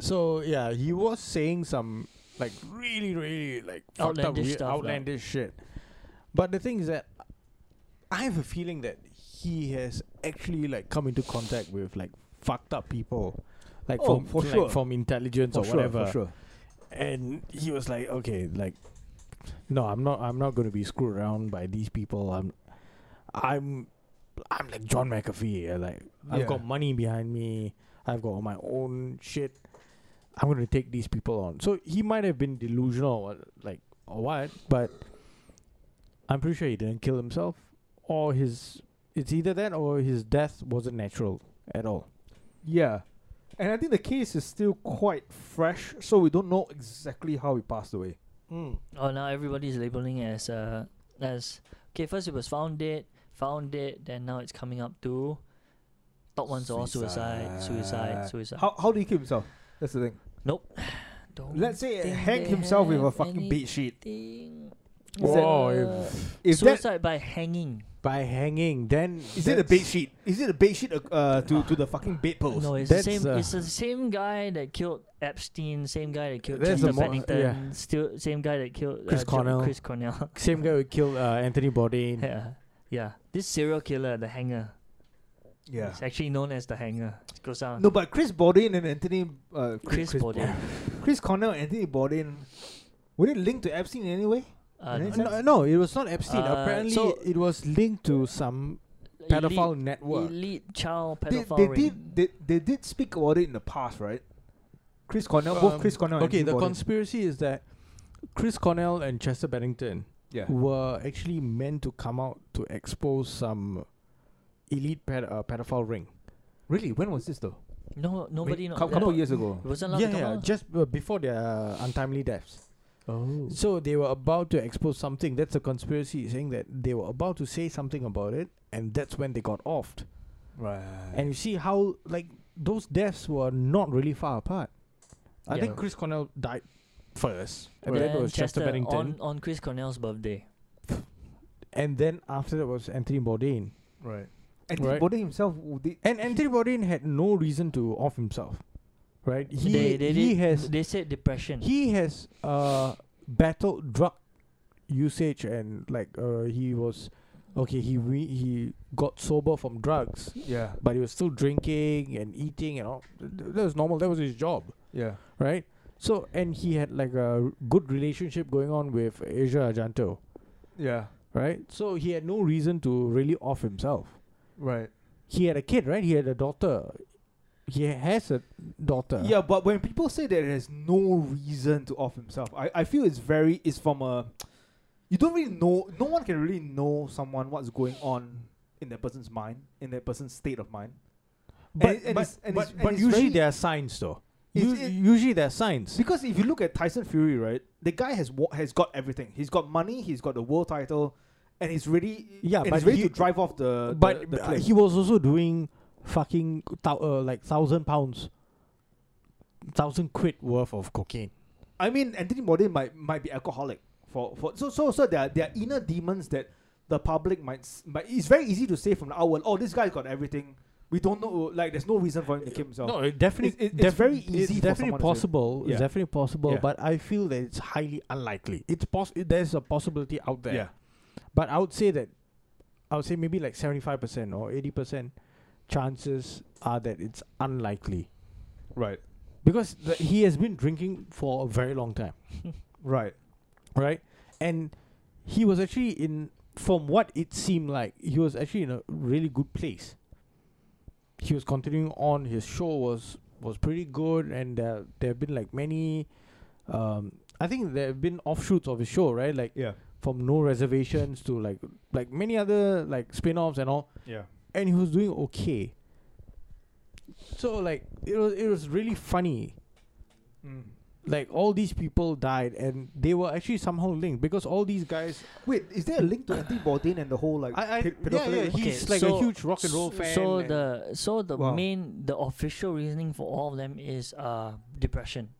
C: So yeah, he was saying some like really, really like fucked up,
A: Outlandish
C: weird-
A: stuff lah.
C: outlandish shit. But the thing is that I have a feeling that he has actually like come into contact with like fucked up people, like
B: Oh,
C: from
B: for
C: like,
B: sure.
C: from intelligence
B: For
C: or
B: sure,
C: whatever.
B: for sure.
C: And he was like, okay, like, no, I'm not. I'm not going to be screwed around by these people. I'm, I'm, I'm like John McAfee. uh, Like, I've
B: Yeah.
C: got money behind me. I've got my own shit. I'm going to take these people on. So he might have been delusional, or what- like, or what? But I'm pretty sure he didn't kill himself, or his. It's either that or his death wasn't natural at all.
B: Yeah. And I think the case is still quite fresh, so we don't know exactly how he passed away.
C: Hmm.
A: Oh, now everybody's labeling as uh as okay. First it was found dead, found dead. Then now it's coming up to top ones are all suicide, suicide,
C: Suicide.
A: suicide.
B: How how did he kill himself? That's the thing.
A: Don't
B: Let's say
A: think
B: hang
A: they
B: himself with a
A: have
B: fucking bed sheet.
A: anything.
B: Is that-
C: Whoa,
A: Uh,
C: if-
B: Is that
A: suicide by hanging.
C: by hanging, then
B: is it a bed
C: that's-
B: sheet? Is it a bed sheet uh, uh, to to the fucking bedpost?
A: No, it's the
C: That's,
A: same.
C: uh,
A: it's the same guy that killed Epstein. Same guy that killed
C: That's
A: Chester
C: the mo-
A: Bennington.
C: yeah.
A: Still, same guy that killed
C: Chris
A: uh, Jo-
C: Cornell.
A: Chris Cornell. *laughs*
C: Same guy who killed uh, Anthony Bourdain.
A: yeah, yeah. This serial killer, the hanger.
B: Yeah.
A: It's actually known as the hanger. It goes down.
B: No, but Chris Bourdain and Anthony uh,
A: Chris, Bourdain.
B: Chris Cornell and Anthony Bourdain were they linked to Epstein in any way?
A: Uh,
B: And
A: no,
B: it's
A: no,
C: No, no, it was not Epstein.
A: Uh,
C: Apparently,
A: so-
C: it was linked to some pedophile
A: elite,
C: network.
A: elite child
B: They,
A: pedophile
B: they
A: ring.
B: did they, they did speak about it in the past, right? Chris Cornell, both
C: Um,
B: Chris Cornell and
C: okay, the
B: Anthony Bourdain.
C: conspiracy is that Chris Cornell and Chester Bennington
B: yeah.
C: were actually meant to come out to expose some elite ped- uh, pedophile ring.
B: Really, when was this though?
A: no, nobody knows.
B: Cou- couple years ago.
A: It wasn't allowed
C: Yeah,
A: to come
C: yeah,
A: out.
C: just uh, before their untimely deaths.
B: Oh.
C: So they were about to expose something. That's a conspiracy saying that they were about to say something about it, and that's when they got offed.
B: Right.
C: And you see how like those deaths were not really far apart. I
A: Yeah.
C: think Chris Cornell died first, and
A: But
C: then,
A: then
C: it was Chester, Bennington,
A: on, on Chris Cornell's birthday.
C: and then after that was Anthony Bourdain.
B: Right. Anthony
C: Right.
B: Bourdain himself, w- did,
C: And Anthony Bourdain had no reason to off himself, right? He
A: they, they,
C: he
A: did-
C: has
A: they said depression.
C: he has uh battled drug usage and like uh he was okay he re- he got sober from drugs
B: yeah,
C: but he was still drinking and eating and all Th- th- that was normal that was his job
B: yeah,
C: right so and he had like a r- good relationship going on with Asia Argento
B: yeah,
C: right so he had no reason to really off himself
B: right.
C: he had a kid right he had a daughter he has a daughter
B: Yeah, but when people say that there's no reason to off himself, I, I feel it's very it's from a you don't really know. No one can really know someone what's going on in that person's mind, in that person's state of mind.
C: but
B: and- and
C: but,
B: it's- and
C: but,
B: it's- and
C: but
B: it's
C: usually
B: very-
C: there are signs though
B: It's-
C: U-
B: it-
C: usually there are signs
B: Because if you look at Tyson Fury, right, the guy has wa- has got everything. He's got money. He's got the world title, and he's ready.
C: Yeah,
B: and
C: but
B: he's ready
C: he-
B: to drive off the.
C: but
B: the, the
C: uh,
B: cliff.
C: he was also doing fucking thou- uh, like thousand pounds, thousand quid worth of cocaine.
B: I mean, Anthony Bourdain might might be alcoholic for for so so so there are, there are inner demons that the public might s- might it's very easy to say from the outward. Oh, this guy's got everything. We don't know. Like, there's no reason for him to kill himself.
C: No, it definitely,
B: It's- it's- it's very easy for
C: definitely
B: someone to say.
C: possible. It's
B: Yeah.
C: definitely possible,
B: Yeah.
C: but I feel that it's highly unlikely. It's poss- it- There's a possibility out there,
B: Yeah.
C: but I would say that I would say maybe like seventy-five percent or eighty percent chances are that it's unlikely.
B: Right.
D: because the, he has been drinking for a very long time,
B: Right.
D: right? And he was actually in, from what it seemed like, he was actually in a really good place. He was continuing on. His show was was pretty good, and uh, there have been like many. Um, I think there have been offshoots of his show, right? Like
B: Yeah.
D: from no reservations to like like many other like spin-offs and all
B: Yeah.
D: and he was doing okay so like it was it was really funny
B: Mm.
D: like all these people died and they were actually somehow linked because all these guys
B: Wait, is there a link to Anthony Bourdain and the whole like
D: I, I
B: pe-
D: yeah,
B: pedophilia? thing?
D: yeah, he's
A: Okay,
D: like
A: so-
D: a huge rock and roll
A: S-
D: fan
A: So
D: and-
A: the so the
B: Wow.
A: main the official reasoning for all of them is uh depression.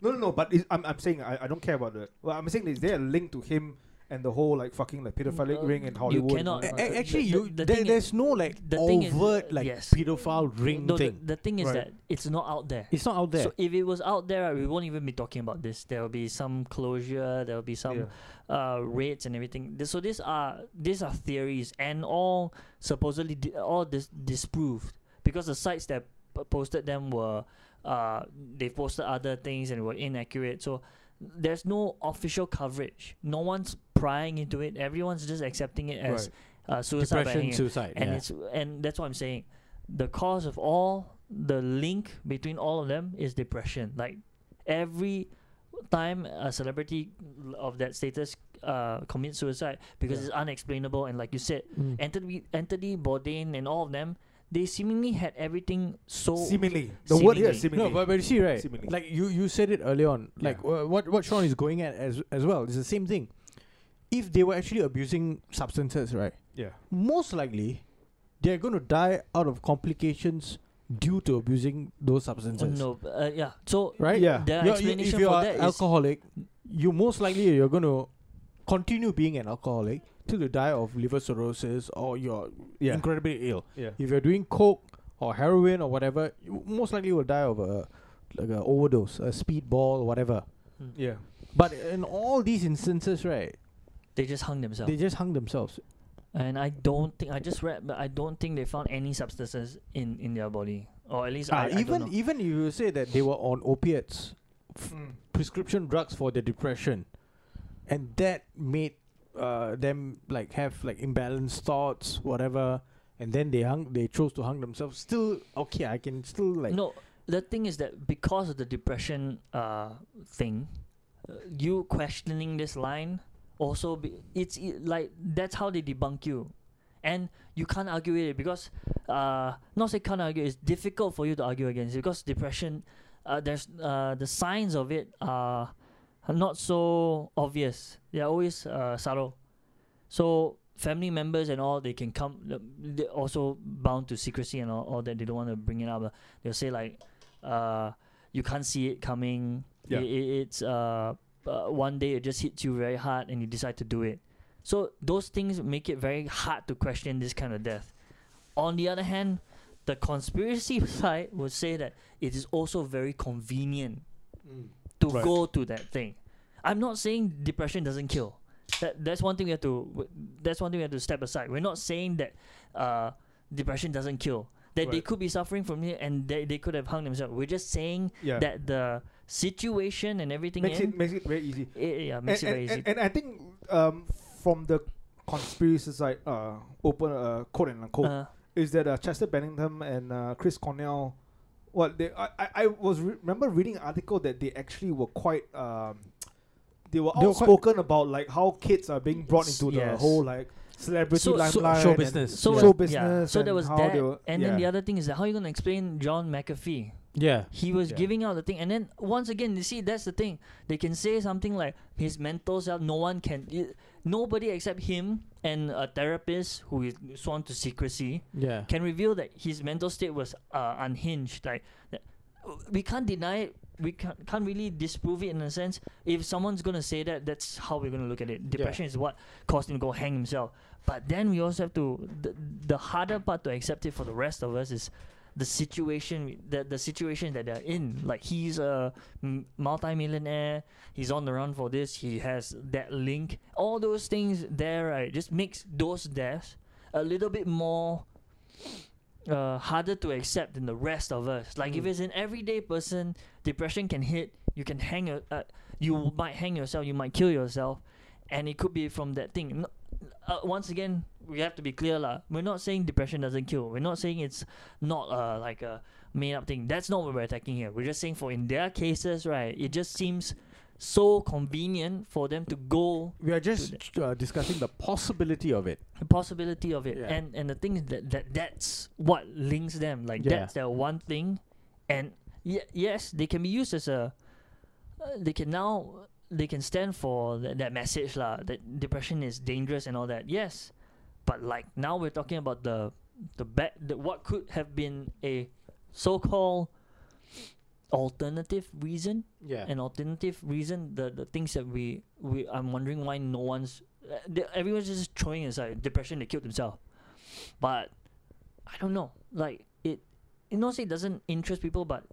B: No, no, no. But is, I'm, I'm saying I, I don't care about that. Well, I'm saying is there a link to him and the whole like fucking like pedophilic
A: Uh,
B: ring in
A: you
B: Hollywood? and
A: cannot-
B: all
D: A-
B: that?
A: the-
D: a- actually
A: the-
D: you
A: the
D: there-
A: thing is-
D: there's no like
A: the thing is-
D: overt like
A: yes.
D: pedophile ring
A: No, the,
D: thing
A: the thing is
B: Right.
A: that it's not out there.
D: it's not out there
A: So if it was out there, right, we won't even be talking about this. There will be some closure. There will be some uh, rates and everything. Th- So these are these are theories and all supposedly di- all dis- disproved because the sites that p- posted them were uh, they posted other things and were inaccurate. So there's no official coverage. No one's prying into it. Everyone's just accepting it as uh, suicide by
D: depression
A: hanging
D: suicide
A: and
D: yeah.
A: it's and that's what I'm saying. The cause of all the link between all of them is depression. Like every time a celebrity l- of that status uh, commits suicide because
B: Yeah.
A: it's unexplainable and like you said,
D: Mm.
A: Anthony Anthony Bourdain and all of them, they seemingly had everything so
B: Seemingly, the word here is seemingly.
D: No, but, but you see, right?
B: Seemingly.
D: Like you, you said it earlier on. Like
B: Yeah.
D: wha- what what Sean is going at as as well. It's the same thing. If they were actually abusing substances, right?
B: yeah,
D: Most likely, they're going to die out of complications due to abusing those
A: Oh,
D: substances.
A: no, uh, yeah. So
D: Right?
B: Yeah.
A: the
D: You're- you-
A: explanation
D: if you're
A: for that is
D: alcoholic, you most likely you're going to continue being an alcoholic till you die of liver cirrhosis or you're
B: Yeah.
D: incredibly ill.
B: yeah,
D: If you're doing coke or heroin or whatever, you most likely will die of a like a overdose, a speedball, whatever.
B: yeah.
D: But in all these instances, right,
A: they just hung themselves.
D: they just hung themselves.
A: and I don't think I just read, but I don't think they found any substances in in their body, or at least I, I
B: Ah,
A: don't
D: even
A: know.
D: even if you say that they were on opiates, f-
B: Mm.
D: prescription drugs for their depression, and that made uh, them like have like imbalanced thoughts, whatever, and then they hung, they chose to hang themselves. Still okay, I can still like
A: no the thing is that because of the depression uh thing uh, you questioning this line also be, it's i like that's how they debunk you and you can't argue with it because uh not say can't argue it's difficult for you to argue against it because depression uh, there's uh the signs of it are not so obvious they're always uh subtle so family members and all they can come they're also bound to secrecy and all, all that they don't want to bring it up uh, they'll say like uh you can't see it coming
B: Yeah.
A: I- i- it's uh, uh one day it just hits you very hard and you decide to do it so those things make it very hard to question this kind of death on the other hand the conspiracy *laughs* side would say that it is also very convenient to
B: Right.
A: go to that thing i'm not saying depression doesn't kill that, that's one thing we have to w- that's one thing we have to step aside we're not saying that uh, depression doesn't kill that they
B: Right.
A: could be suffering from it and they, they could have hung themselves we're just saying
B: yeah.
A: that the situation and everything
B: makes
A: in,
B: it makes it very easy.
A: it- yeah, makes
B: and,
A: it very
B: and,
A: easy.
B: and- and I think um, from the conspiracy side, uh, open uh, quote and unquote,
A: Uh,
B: is that uh, Chester Bennington and uh, Chris Cornell. Well, they, I, I, I was re- remember reading an article that they actually were quite um, they were
D: They were quite-
B: outspoken about like how kids are being brought
A: Yes,
B: into the
A: yes.
B: whole like celebrity
A: So- so-
B: limelight,
D: show
B: and
D: business.
A: so,
D: Yeah.
A: was-
B: show
A: yeah,
B: business.
A: so there was
B: how
A: that,
B: they were,
A: and then
B: yeah.
A: the other thing is that how are you gonna explain John McAfee?
D: yeah.
A: He was
B: Yeah.
A: giving out the thing, and then once again, you see, that's the thing. They can say something like his mental self. No one can, i- nobody except him and a therapist who is sworn to secrecy
D: Yeah.
A: can reveal that his mental state was uh, unhinged. Like that- we can't deny it. We can't, can't really disprove it in a sense. If someone's gonna say that, that's how we're gonna look at it. Depression is what caused him to go hang himself. But then we also have to the, the harder part to accept it for the rest of us is the situation we- the, the situation that they're in. Like he's a m- multi-millionaire. He's on the run for this. He has that link. All those things there, right? Just makes those deaths a little bit more uh, harder to accept than the rest of us. Like if
D: Mm.
A: it's an everyday person, depression can hit. You can hang. your- Uh, you might hang yourself. You might kill yourself, and it could be from that thing. N- Uh, once again, we have to be clear, lah. We're not saying depression doesn't kill. We're not saying it's not uh, like a made up thing. That's not what we're attacking here. We're just saying for in their cases, right? It just seems so convenient for them to go
D: We are
A: that.
D: just uh, discussing the possibility of it.
A: the possibility of it
D: Yeah.
A: and and the thing is that, that that's what links them like
D: Yeah.
A: that's their one thing and y- yes they can be used as a uh, they can now they can stand for that, that message lah that depression is dangerous and all that yes but like now we're talking about the the back the, what could have been a so-called alternative reason
D: Yeah.
A: an alternative reason the, the things that we, we I'm wondering why no one's uh, the- everyone's just throwing aside depression they killed themselves but I don't know like it you know say it doesn't interest people but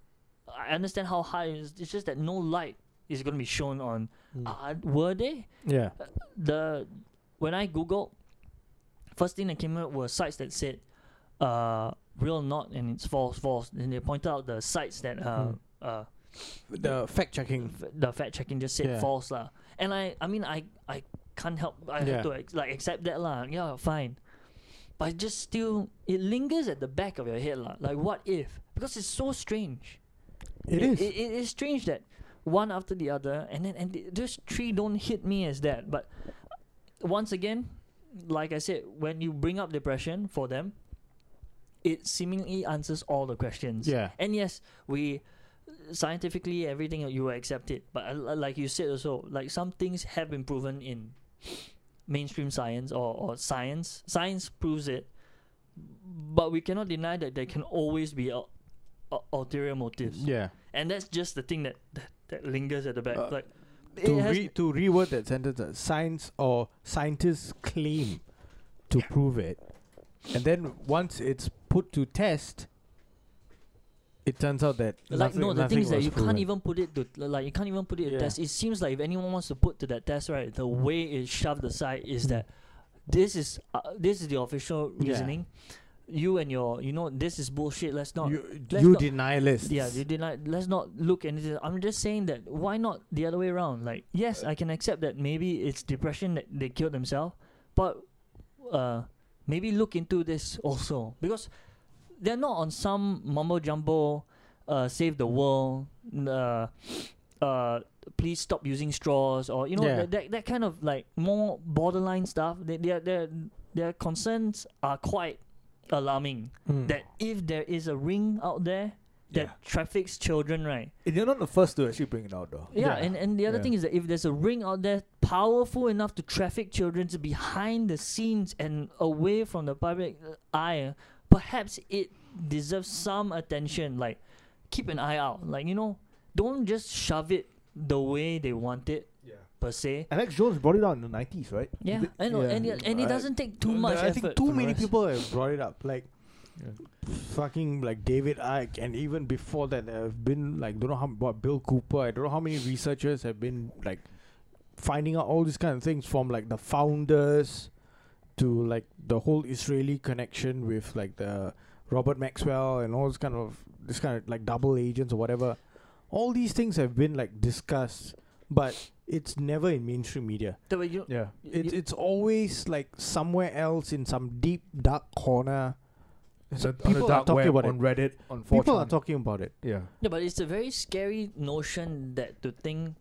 A: I understand how high it is it's just that no light is going to be shown on uh, were they
D: yeah.
A: the when I googled, first thing that came up were sites that said, uh, "Real not," and it's false, false. And they pointed out the sites that uh,
D: Mm.
A: uh,
D: The fact checking.
A: f- the fact checking just said
D: Yeah.
A: false lah. And I, I mean, I, I can't help. I
D: Yeah.
A: have to ex- like accept that lah. Yeah, fine. But it just still, it lingers at the back of your head lah. Like, what if? Because it's so strange. It, it is strange that one after the other, and then and th- those three don't hit me as that. But once again, like I said, when you bring up depression for them, it seemingly answers all the questions.
D: Yeah.
A: And yes, we scientifically everything that you will accept it, but uh, like you said also, like some things have been proven in mainstream science or, or science. Science proves it, but we cannot deny that there can always be al- al- ulterior motives
D: Yeah.
A: and that's just the thing that that, that lingers at the back.
D: Uh,
A: like it
D: To,
A: has-
D: re- to reword that sentence, uh, science or scientists claim to prove it. And then once it's put to test, it turns out that
A: like no, the
D: nothing-
A: thing
D: nothing
A: is that
D: was
A: you
D: proven.
A: can't even put it to like you can't even put it to
D: Yeah.
A: test. It seems like if anyone wants to put to that test, right, the way it's shoved aside is that this is uh, this is the official
D: Yeah.
A: reasoning. You and your you know this is bullshit. Let's not.
D: you,
A: let's
D: you
A: not-
D: denialists.
A: yeah, you did not. Let's not look anything. I'm just saying that why not the other way around? Like, yes, I can accept that maybe it's depression that they killed themselves, but uh, maybe look into this also because they're not on some mumbo jumbo, uh, save the world, n- uh, *sniffs* uh, please stop using straws or you know
D: Yeah.
A: that, that that kind of like more borderline stuff. They, their their their concerns are quite alarming
D: Mm.
A: that if there is a ring out there that
B: Yeah.
A: traffics children, right?
B: And They're not the first to actually bring it out though.
A: Yeah,
D: Yeah.
A: And, and the other
D: Yeah.
A: thing is that if there's a ring out there powerful enough to traffic children to behind the scenes and away from the public uh, eye, perhaps it deserves some attention. Like, keep an eye out. Like, you know, don't just shove it the way they want it,
B: Yeah.
A: per se.
B: Alex Jones brought it out in the nineties, right?
A: Yeah, I know,
D: yeah.
A: and, it- and it
D: I-
A: doesn't take too much
D: I
A: effort.
D: think
A: for
D: too
A: the
D: many
A: rest.
D: people have brought it up. Like,
B: Yeah.
D: fucking like David Icke, and even before that, there have been like don't know how what Bill Cooper. I don't know how many researchers have been like finding out all these kind of things from like the founders to like the whole Israeli connection with like the Robert Maxwell and all this kind of this kind of like double agents or whatever. All these things have been like discussed, but it's never in mainstream media.
A: The way you-
B: Yeah.
D: It's it's always like somewhere else in some deep dark corner.
B: So
D: people are talking about it.
B: on Reddit, on 4chan.
D: People are talking about it.
B: Yeah.
A: Yeah, but it's a very scary notion that to think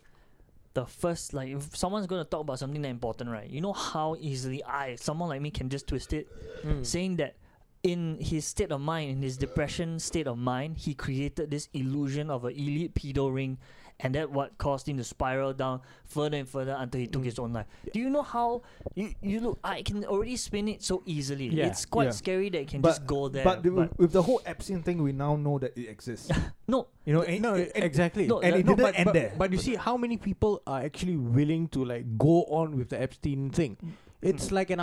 A: the first like if someone's gonna talk about something that important, right? You know how easily I, someone like me, can just twist it,
B: Hmm.
A: saying that in his state of mind, in his depression state of mind, he created this illusion of an elite pedo ring, and that what caused him to spiral down further and further until he took
B: Hmm.
A: his own life. Do you know how you you look? I can already spin it so easily.
D: Yeah,
A: it's quite
B: yeah.
A: scary that it can
B: But-
A: just go there.
B: but, the-
A: but-
B: with the whole Epstein thing, we now know that it exists.
A: no,
B: You know, and,
D: no, e,
B: and- and-
D: exactly.
A: no,
B: and
A: the-
B: it
D: No,
B: didn't
D: but,
B: end
D: but,
B: there.
D: but you see how many people are actually willing to like go on with the Epstein thing. It's like an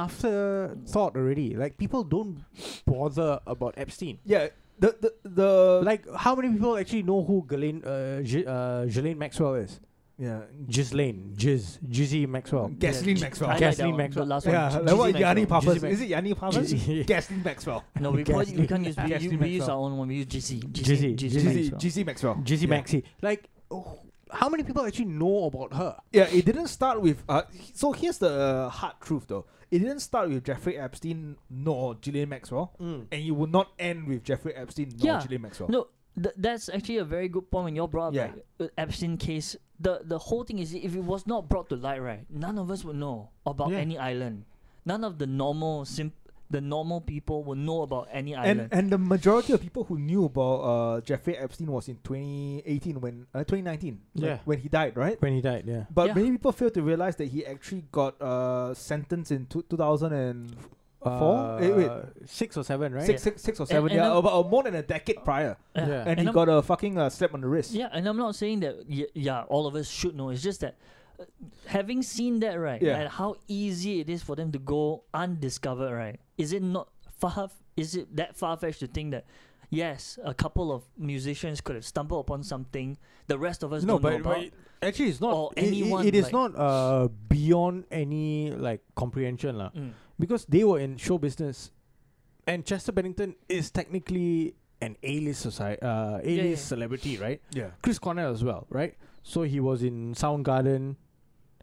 D: afterthought already. Like people don't bother about Epstein.
B: *laughs* yeah, the the the
D: Like how many people actually know who Ghislaine, uh, Ghi- uh, Ghislaine Maxwell is?
B: Yeah.
D: Ghislaine, Jizz, Jizzy Maxwell.
B: Ga- Gasoline
A: G-
B: Maxwell.
A: I like
D: Gasoline
A: that one,
D: Maxwell.
A: The last one.
B: Yeah,
A: G-
B: like what
A: Gizzy
B: Yanni
A: Maxwell.
B: Papas.
D: Jizzy
B: Is it Yanni Papas?
D: *laughs*
B: *laughs*
D: Jizzy.
B: Gasoline Maxwell.
A: No, we, call, it- we
D: Gasoline-
A: can't use we,
B: Gasoline
A: u- we use
B: Maxwell.
A: our own one. We use GC.
D: Jizzy,
A: GC.
B: Jizzy
A: Maxwell.
D: Jizzy,
B: Maxwell.
D: Jizzy
B: Yeah.
D: Maxi. Like, oh, how many people actually know about her?
B: Yeah, it didn't start with. Uh, he- so here's the uh, hard truth, though. It didn't start with Jeffrey Epstein nor Gillian Maxwell, and it will not end with Jeffrey Epstein nor
A: Yeah.
B: Gillian Maxwell.
A: No, th- that's actually a very good point when you brought up
B: Yeah.
A: like, uh, Epstein case. The the whole thing is if it was not brought to light, right, none of us would know about
D: Yeah.
A: any island. None of the normal simp the normal people would know about any
B: And
A: island.
B: and the majority of people who knew about uh, Jeffrey Epstein was in 2018 when uh, 2019 when-
D: Yeah.
B: when he died, right?
D: When he died, yeah.
B: But
A: Yeah.
B: many people fail to realize that he actually got uh, sentenced in two, 2000 and Four? Eh, wait.
D: Uh, Six or seven, right?
B: six, six, six or seven,
A: and
B: yeah,
A: I'm-
B: about uh, more than a decade prior,
A: Yeah.
D: Yeah.
B: and,
A: And
B: he
A: I'm-
B: got a fucking uh, slap on the wrist.
A: Yeah, and I'm not saying that. Y- yeah, all of us should know. It's just that uh, having seen that, right,
B: Yeah.
A: and how easy it is for them to go undiscovered, right? Is it not far? Is it that far fetched to think that? Yes, a couple of musicians could have stumbled upon something the rest of us
D: No,
A: don't know
D: but,
A: about.
D: but actually, it's not.
A: Or
D: it- it-
A: anyone,
D: it
A: like-
D: is not uh, beyond any like comprehension, lah.
A: Mm.
D: because they were in show business, and Chester Bennington is technically an A-list society, uh, A-list
A: yeah.
D: celebrity, right?
B: yeah.
D: Chris Cornell as well, right? So he was in Soundgarden,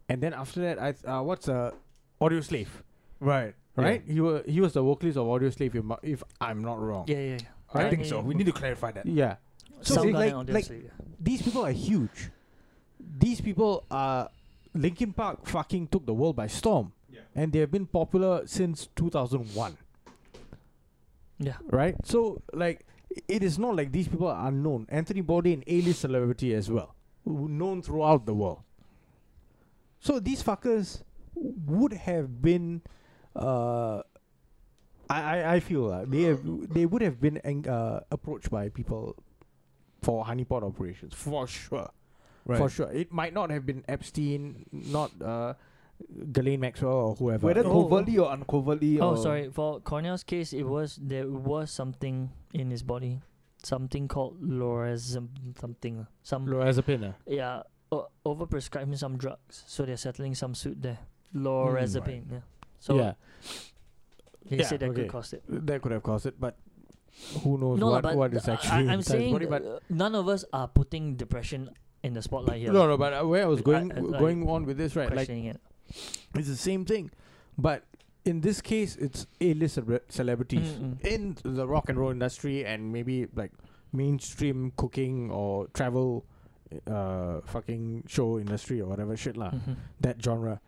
D: and then after that, I th- uh, what's uh, Audio Slave,
B: Right,
D: right? He was he was the vocalist of Audio Slave, if, mu- if I'm not wrong.
A: Yeah, yeah, yeah.
B: I
D: Right?
B: think so. We need to clarify that.
D: Yeah. So,
A: Soundgarden
D: like-
A: on the
D: like-
A: other side, yeah.
D: These people are huge. These people are Linkin Park fucking took the world by storm,
B: Yeah.
D: and they have been popular since 2001,
A: yeah.
D: right? So like, i- it is not like these people are unknown. Anthony Bourdain, A-list celebrity as well, w- known throughout the world. So these fuckers would have been, uh, I I, I feel uh, they have, they would have been eng- uh, approached by people for honeypot operations for sure, for sure. It might not have been Epstein, not uh, Ghislaine Maxwell or whoever.
B: Whether
A: Oh.
B: covertly or uncovertly.
A: Oh,
B: or
A: sorry. For Cornell's case, it was there was something in his body, something called lorazepam, something, some
D: Lorazepam. uh.
A: Yeah, o- overprescribing some drugs, so they're settling some suit there. Lorazepam. Yeah. So
D: Hmm, yeah,
A: they
D: Yeah,
A: said that
D: okay.
A: could cost it.
D: that could have caused it, but who knows
A: no, lah,
D: what,
A: but
D: what is
A: uh,
D: actually *laughs*
A: I, I'm
D: inside his
A: saying
D: body, but
A: uh, none of us are putting depression in the spotlight here.
D: No, no, but uh, where I was
A: I-
D: going
A: I- I-
D: going on with this, right? Like
A: questioning it.
D: it's the same thing, but in this case, it's A-list celebra- celebrities
A: Mm, mm.
D: in the rock and roll industry and maybe like mainstream cooking or travel, uh, fucking show industry or whatever shit
B: Mm.
D: lah.
A: Mhm.
D: That genre.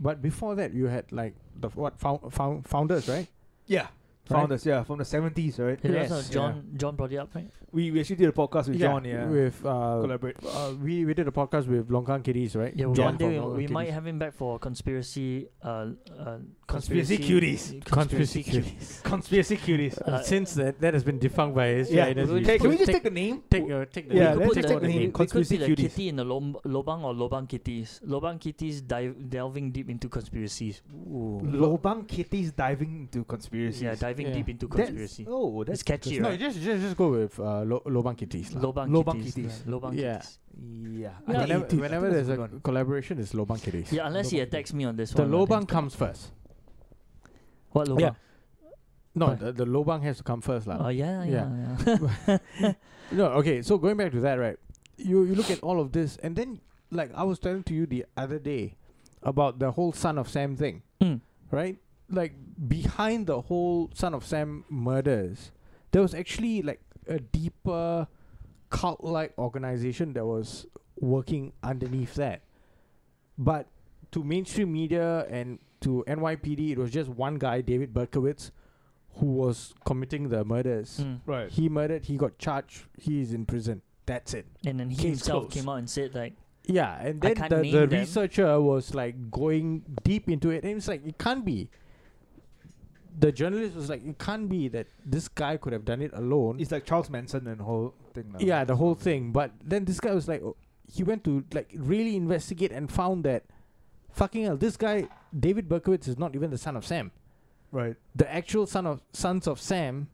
D: But before that, you had like the f- what found, found founders, right?
B: Yeah. Founders, yeah, from the 70s, right?
A: Yeah, that's
D: Yes,
A: what
D: yeah.
A: John John brought it up, right?
B: We, we actually did a podcast with John, yeah.
D: With uh,
B: Collaborate.
D: uh, we we did a podcast with Longkang Kiddies, right?
A: Yeah, one
D: John
A: day
D: from
A: we, we
D: Longkang
A: might
D: Kiddies.
A: have him back for conspiracy. Uh, uh,
B: Conspiracy cuties.
D: Conspiracy
B: Conspiracy cuties.
A: Uh,
D: Since that that has been defunct by his
B: yeah.
A: we
B: Hey, can we just take the name?
D: take your take the
B: Yeah,
A: we
B: let's
A: could put
B: take the
A: the, we-
B: name,
A: we could
B: conspiracy
A: be the
B: cuties.
A: kitty in the lom- lobang or lobang kitties. Lobang kitties dive, delving deep into conspiracies.
B: Lobang Kitties diving into conspiracy.
A: Yeah, diving
D: Yeah.
A: deep into
B: That's-
A: conspiracy.
B: oh, that's
A: it's catchy,
D: No,
A: right?
D: just just just go with uh, lo- Lobang Kitties. lah.
A: Lobang,
B: Lobang
A: kitties.
B: kitties.
A: Yeah, Lobang
D: Yeah.
A: kitties.
B: Yeah. I
A: Yeah.
B: think it
D: Whenever,
B: is.
D: whenever
B: I think
D: there's a
B: that's good one.
D: collaboration, it's Lobang Kitties.
A: Yeah, unless he
B: Lobang
A: attacks me on this
D: The
A: one.
D: Lobang comes first.
A: What Lobang?
D: Yeah. No,
A: Why?
D: the, the Lobang has to come first, lah.
A: Oh, yeah, yeah.
D: Yeah.
A: yeah. *laughs*
D: No, okay. So going back to that, right? You you look at all of this, and then like I was telling to you the other day about the whole Son of Sam thing,
A: Mm.
D: right? Like behind the whole Son of Sam murders, there was actually like a deeper cult-like organization that was working underneath that, but to mainstream media and to NYPD, it was just one guy, David Berkowitz, who was committing the murders.
A: Mm.
B: Right.
D: He murdered, he got charged, he is in prison. That's it.
A: And then he
D: Case
A: himself
D: closed.
A: came out and said, like,
D: Yeah, and
A: I
D: then
A: can't
D: the,
A: name
D: the
A: them.
D: researcher was like going deep into it, and it's like, it can't be. The journalist was like, it can't be that this guy could have done it alone.
B: It's like Charles Manson and whole thing. now.
D: yeah, the whole thing. But then this guy was like, oh, he went to like really investigate and found that fucking hell, this guy, David Berkowitz, is not even the son of Sam.
B: Right.
D: the actual son of sons of Sam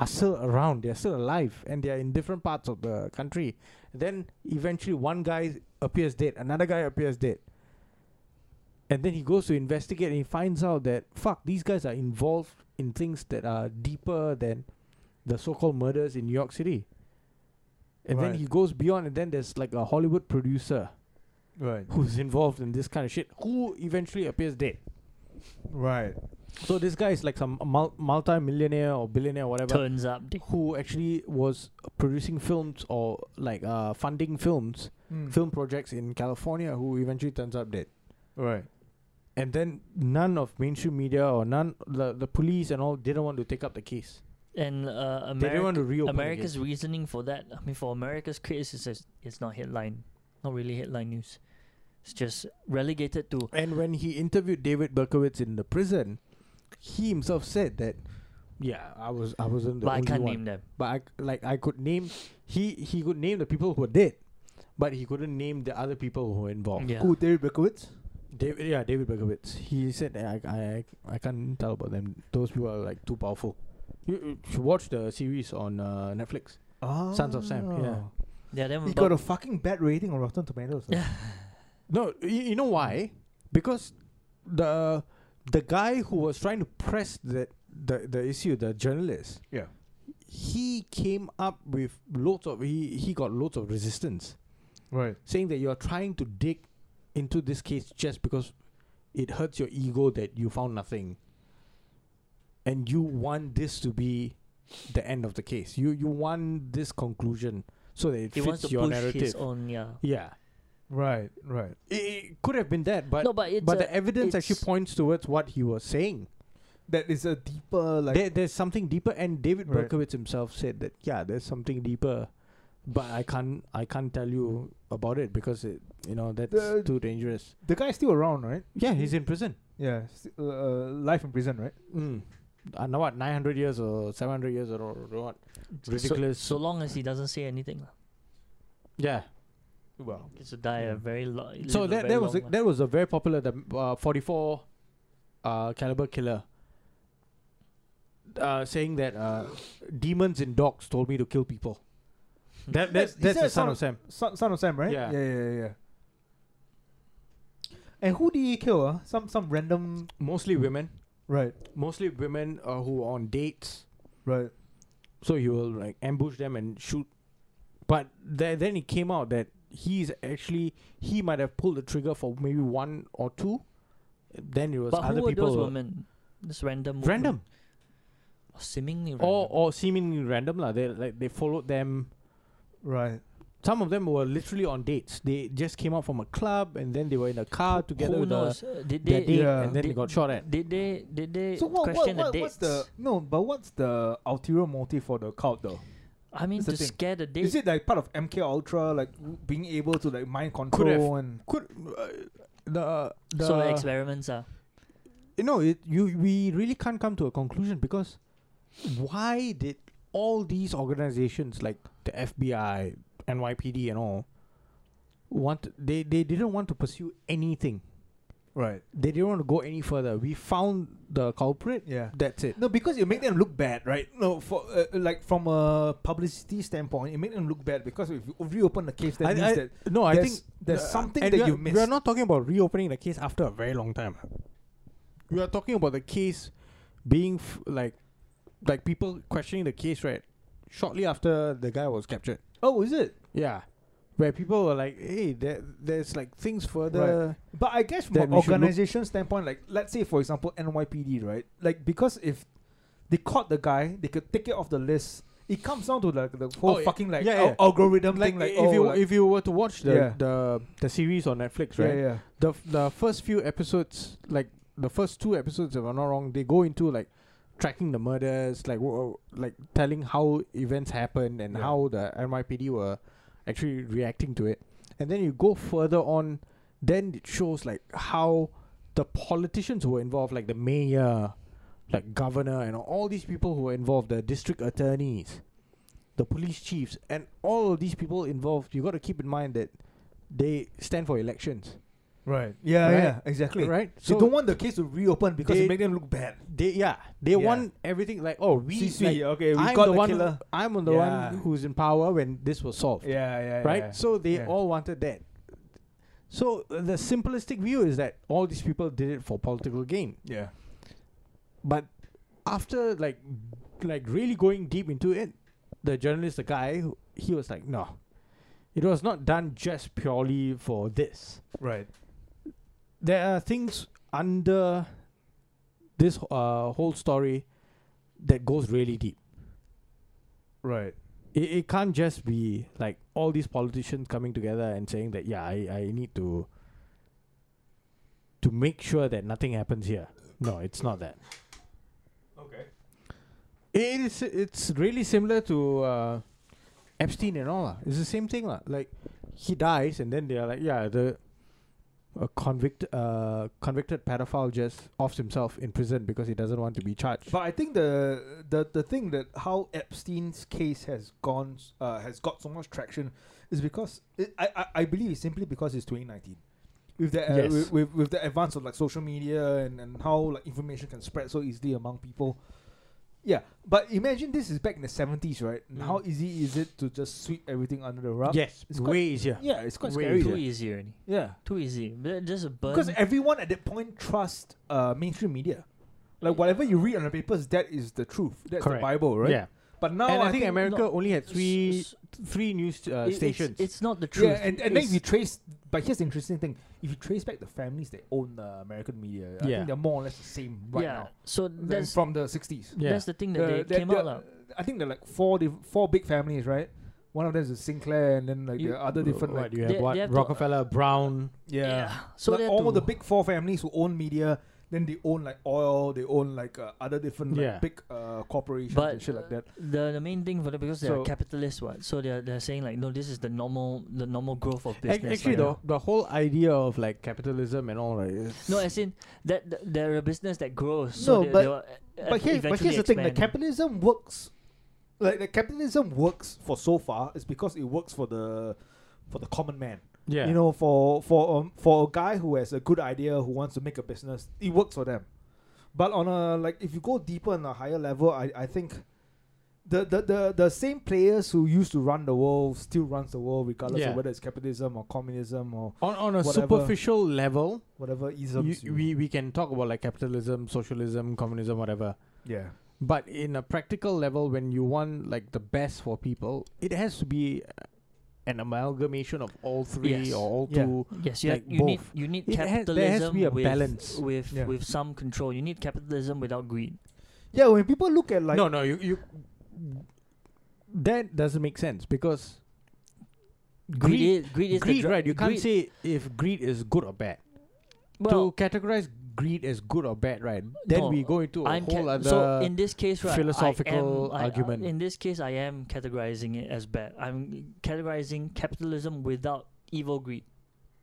D: are still around. They're still alive, and they're in different parts of the country. Then eventually, one guy appears dead. Another guy appears dead. And then he goes to investigate, and he finds out that fuck, these guys are involved in things that are deeper than the so-called murders in New York City. And then Right. he goes beyond, and then there's like a Hollywood producer *laughs*
E: Right.
D: who's involved in this kind of shit, who eventually appears dead.
E: Right.
D: So this guy is like some mul- multi-millionaire or billionaire, whatever,
A: Turns up. dick.
D: who actually was producing films or like uh, funding films,
B: Mm.
D: film projects in California, who eventually turns up dead.
E: Right.
D: And then none of mainstream media or none the, the police and all didn't want to take up the case.
A: And uh,
D: they didn't
A: America,
D: want to reopen the
A: America's
D: case.
A: reasoning for that, I mean, for America's case, it's, just, it's not headline, not really headline news. It's just relegated to
D: And when he interviewed David Berkowitz in the prison, he himself said that, yeah, I was I wasn't the
A: but I
D: only
A: can't
D: one.
A: name them.
D: but I c- like I could name he he could name the people who were dead, but he couldn't name the other people who were involved.
A: Yeah.
B: Who, David Berkowitz?
D: David, yeah, David Berkowitz. He said that I I I can't tell about them. Those people are like too powerful. You, you should watch the series on uh, Netflix.
B: Oh.
D: Sons of Sam, yeah.
A: Yeah, them
B: He
A: about-
B: got a fucking bad rating on Rotten Tomatoes. huh?
D: No, you, you know why? Because the the guy who was trying to press the the, the issue, the journalist,
E: Yeah.
D: he came up with loads of he he got loads of resistance.
E: Right.
D: saying that you're trying to dig into this case just because it hurts your ego that you found nothing and you want this to be the end of the case you you want this conclusion so that it
A: he wants
D: fits
A: to
D: your
A: push his
D: narrative
A: own, yeah.
D: yeah
E: Right. Right.
D: it, it could have been that but
A: no, but it's
D: but
A: a-
D: the evidence actually
A: it's-
D: points towards what he was saying
B: That is a deeper, like.
D: there, there's something deeper and david
E: Right.
D: berkowitz himself said that yeah there's something deeper but i can't i can't tell you about it because it you know that's
B: The-
D: too dangerous
B: the guy's still around, right?
D: yeah he's in prison
B: Yeah. st- uh, uh, life in prison, right?
D: Mm. I know what, 900 years or 700 years or, or what?
A: so-
D: ridiculous.
A: So, long as he doesn't say anything, lah.
D: Yeah.
B: Well.
A: he gets to die a
D: Yeah.
A: very lo-
D: So
A: live a
D: that,
A: very
D: that was a,
A: long life.
D: that was a very popular the uh, 44 uh, caliber killer uh, saying that uh, demons in dogs told me to kill people. That,
B: That's- is
D: that's that's
B: that
D: the son
B: some-
D: of Sam.
B: Son, son of Sam, right?
D: Yeah.
B: Yeah, yeah, yeah. And who did he kill? Huh? Some some random.
D: Mostly women,
B: Right,
D: mostly women uh, who are on dates.
B: right.
D: So he will like ambush them and shoot. But th- then it came out that he's actually he might have pulled the trigger for maybe one or two. Then it was
A: But
D: other
A: who were
D: people
A: those
D: who-
A: women? Just random. women?
D: random
A: Or seemingly random.
D: or or seemingly random lah. They like they followed them.
B: Right.
D: Some of them were literally on dates. They just came out from a club and then they were in a car together
A: who
D: with the,
A: knows? Uh, did
D: their
A: they?
D: date
B: Yeah.
D: and then they
A: Did-
D: got shot at.
A: Did they? Did they
B: So what, what,
A: question
B: what,
A: the
B: what's
A: dates?
B: the no? But what's the ulterior motive for the cult though?
A: I mean,
B: that's the
A: to
B: thing.
A: scare the date.
B: Is it like part of MK Ultra, like w- being able to like mind
D: have.
B: control and
D: Could uh, the the
A: so the experiments are.
D: you know it you we really can't come to a conclusion because why did all these organizations like the FBI, NYPD and all want they they didn't want to pursue anything.
E: Right.
D: They didn't want to go any further. We found the culprit.
B: yeah?
D: That's it.
B: No, because it make them look bad, right? No, for uh, like from a publicity standpoint, it make them look bad because if you reopen the case, that
D: I-
B: means
D: I-
B: that
D: No, I
B: there's-
D: think
B: there's
D: uh,
B: something
D: and
B: that
D: we are-
B: you
D: We are
B: missed.
D: not talking about reopening the case after a very long time. We are talking about the case being f- like, like people questioning the case right shortly after the guy was captured.
B: oh, is it?
D: Yeah. Where people were like, hey, there, there's like things further.
B: But I guess from
D: That
B: an
D: we should look-
B: organization standpoint, like let's say for example NYPD, right? Like because if they caught the guy, they could take it off the list. It comes down to like the whole
D: Oh, yeah.
B: fucking like
D: Yeah,
B: al-
D: yeah.
B: algorithm
D: Like,
B: thing. Like
D: if
B: oh,
D: you
B: like-
D: if you were to watch the
B: Yeah.
D: the, the series on Netflix,
B: yeah,
D: right?
B: yeah,
D: The f- the first few episodes, like the first two episodes, if I'm not wrong, they go into like tracking the murders, like w- like telling how events happened and
B: Yeah.
D: how the NYPD were actually reacting to it. And then you go further on, then it shows like how the politicians who were involved, like the mayor, like governor, and all these people who were involved, the district attorneys, the police chiefs, and all of these people involved. You got to keep in mind that they stand for elections.
E: Right. Yeah.
D: Right.
E: Yeah.
B: exactly.
D: right?
B: So they don't want the case to reopen because
D: They-
B: it make them look bad.
D: they yeah they
B: Yeah.
D: want everything like oh we
B: See,
D: like,
B: see, okay, we
D: I'm
B: got
D: the,
B: the,
D: one
B: killer.
D: I'm on the
B: Yeah.
D: one who's in power when this was solved
E: Yeah. Yeah.
D: right
E: yeah.
D: so they
E: yeah.
D: all wanted that so uh, the simplistic view is that all these people did it for political gain
E: yeah.
D: but after like like really going deep into it the journalist the guy who- he was like no it was not done just purely for this
E: Right.
D: there are things under this uh, whole story that goes really deep.
E: Right.
D: It, it can't just be like all these politicians coming together and saying that yeah, I, I need to to make sure that nothing happens here. No, it's not that.
B: Okay.
D: It is it's really similar to uh, Epstein and all. lah. It's the same thing lah. Like he dies and then they are like, yeah, the a convict uh, convicted pedophile just offs himself in prison because he doesn't want to be charged.
B: But I think the the the thing that how Epstein's case has gone s- uh, has got so much traction is because it, I, I I believe it's simply because it's 2019. With the uh,
D: Yes.
B: with, with with the advance of like social media and, and how like information can spread so easily among people, yeah. But imagine this is back in the seventies, right? And
D: Mm.
B: How easy is it to just sweep everything under the rug?
D: yes,
B: It's quite-
D: way easier.
B: yeah, it's quite
D: Way
B: scary.
D: easier.
A: Too
B: yeah.
A: easy already.
B: Yeah,
A: Too easy. They're Just a burn.
B: because everyone at that point trusts uh, mainstream media. Like whatever you read on the papers, that is the truth. That's
D: Correct.
B: the Bible, right? Oh,
D: Yeah,
B: But now
D: and I, think, America
A: no,
D: only had
A: s-
D: three
A: s-
D: three news uh,
A: it-
D: stations.
A: It's, it's not the
B: Yeah,
A: truth.
B: and, and then
A: It's-
B: if you trace, but here's the interesting thing: if you trace back the families that own the American media, I
D: Yeah.
B: think they're more or less the same right
A: yeah.
B: now.
A: So
B: than
A: that's
B: from the '60s.
D: yeah,
A: that's the thing that
B: The-
A: they
B: the-
A: came
B: the-
A: out lah.
B: I think they're like four diff- four big families, right? One of them is Sinclair, and then like
A: You-
B: the other different
D: What
B: like
D: do you have?
A: They-
D: what
A: they have to-
D: Rockefeller, Brown.
B: yeah.
A: So
B: like
A: they had
B: all
A: to-
B: the big four families who own media. Then they own like oil, they own like uh, other different like
D: Yeah.
B: big uh, corporations and
A: But
B: shit like that.
A: the the main thing for them because they're
B: So-
A: capitalists, what? So they're they're saying like, no, this is the normal the normal growth of
D: Ac-
A: business.
D: Actually,
A: like,
D: the the whole idea of like capitalism and all right. is-
A: No, as in that th- they're a business that grows. So
B: No,
A: they,
B: but-
A: they will, uh,
B: but, here, but
A: eventually
B: here's the thing: the
A: expand.
B: capitalism works. Like the capitalism works for so far is because it works for the for the common man.
D: yeah,
B: You know, for for um, for a guy who has a good idea who wants to make a business, it works for them. But on a like, if you go deeper on a higher level, I I think. The, the, the, the same players who used to run the world still runs the world regardless
D: Yeah.
B: of whether it's capitalism or communism or
D: on on a
B: whatever.
D: superficial level,
B: whatever
D: you,
B: isms. you-
D: we we can talk about like capitalism, socialism, communism, whatever.
B: yeah.
D: But in a practical level, when you want like the best for people, it has to be uh, an amalgamation of all three
A: Yes.
D: or all
B: Yeah.
D: two.
A: Yes, you,
D: like
A: ha- you need
D: both.
A: you need
D: It has- there has to
A: capitalism
D: be a
A: with
D: balance.
A: with
B: Yeah.
A: with some control. You need capitalism without greed.
B: Yeah, when people look at like
D: no, no, you you. That doesn't make sense because greed,
A: Greed, is, greed is
D: greed,
A: the dri-
D: right? You can't
A: greed-
D: say if greed is good or bad.
A: well,
D: to categorize greed as good or bad, right? Then
A: No,
D: we go into a
A: I'm
D: whole
A: ca-
D: other.
A: so in this case, right? I am-
D: philosophical
A: I- I-
D: argument.
A: in this case, I am categorizing it as bad. I'm categorizing capitalism without evil greed,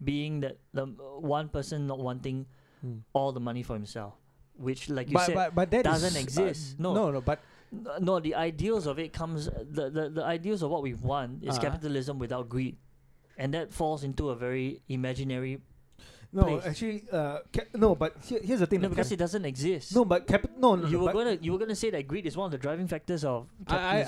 A: being that the one person not wanting
D: Hmm.
A: all the money for himself, which, like you
D: but,
A: said,
D: but, but that
A: doesn't
D: is, uh,
A: exist. No.
D: no, no. But
A: N- No, the ideals of it comes the the, the ideals of what we want is
D: Uh-huh.
A: capitalism without greed, and that falls into a very imaginary
B: No,
A: place.
B: actually, uh, ca- no. But here, here's the thing.
A: no
B: that
A: because
B: cap-
A: it doesn't exist.
B: no, but cap- no, no,
A: you
B: no,
A: were
B: but-
A: gonna you were gonna say that greed is one of the driving factors of
D: I-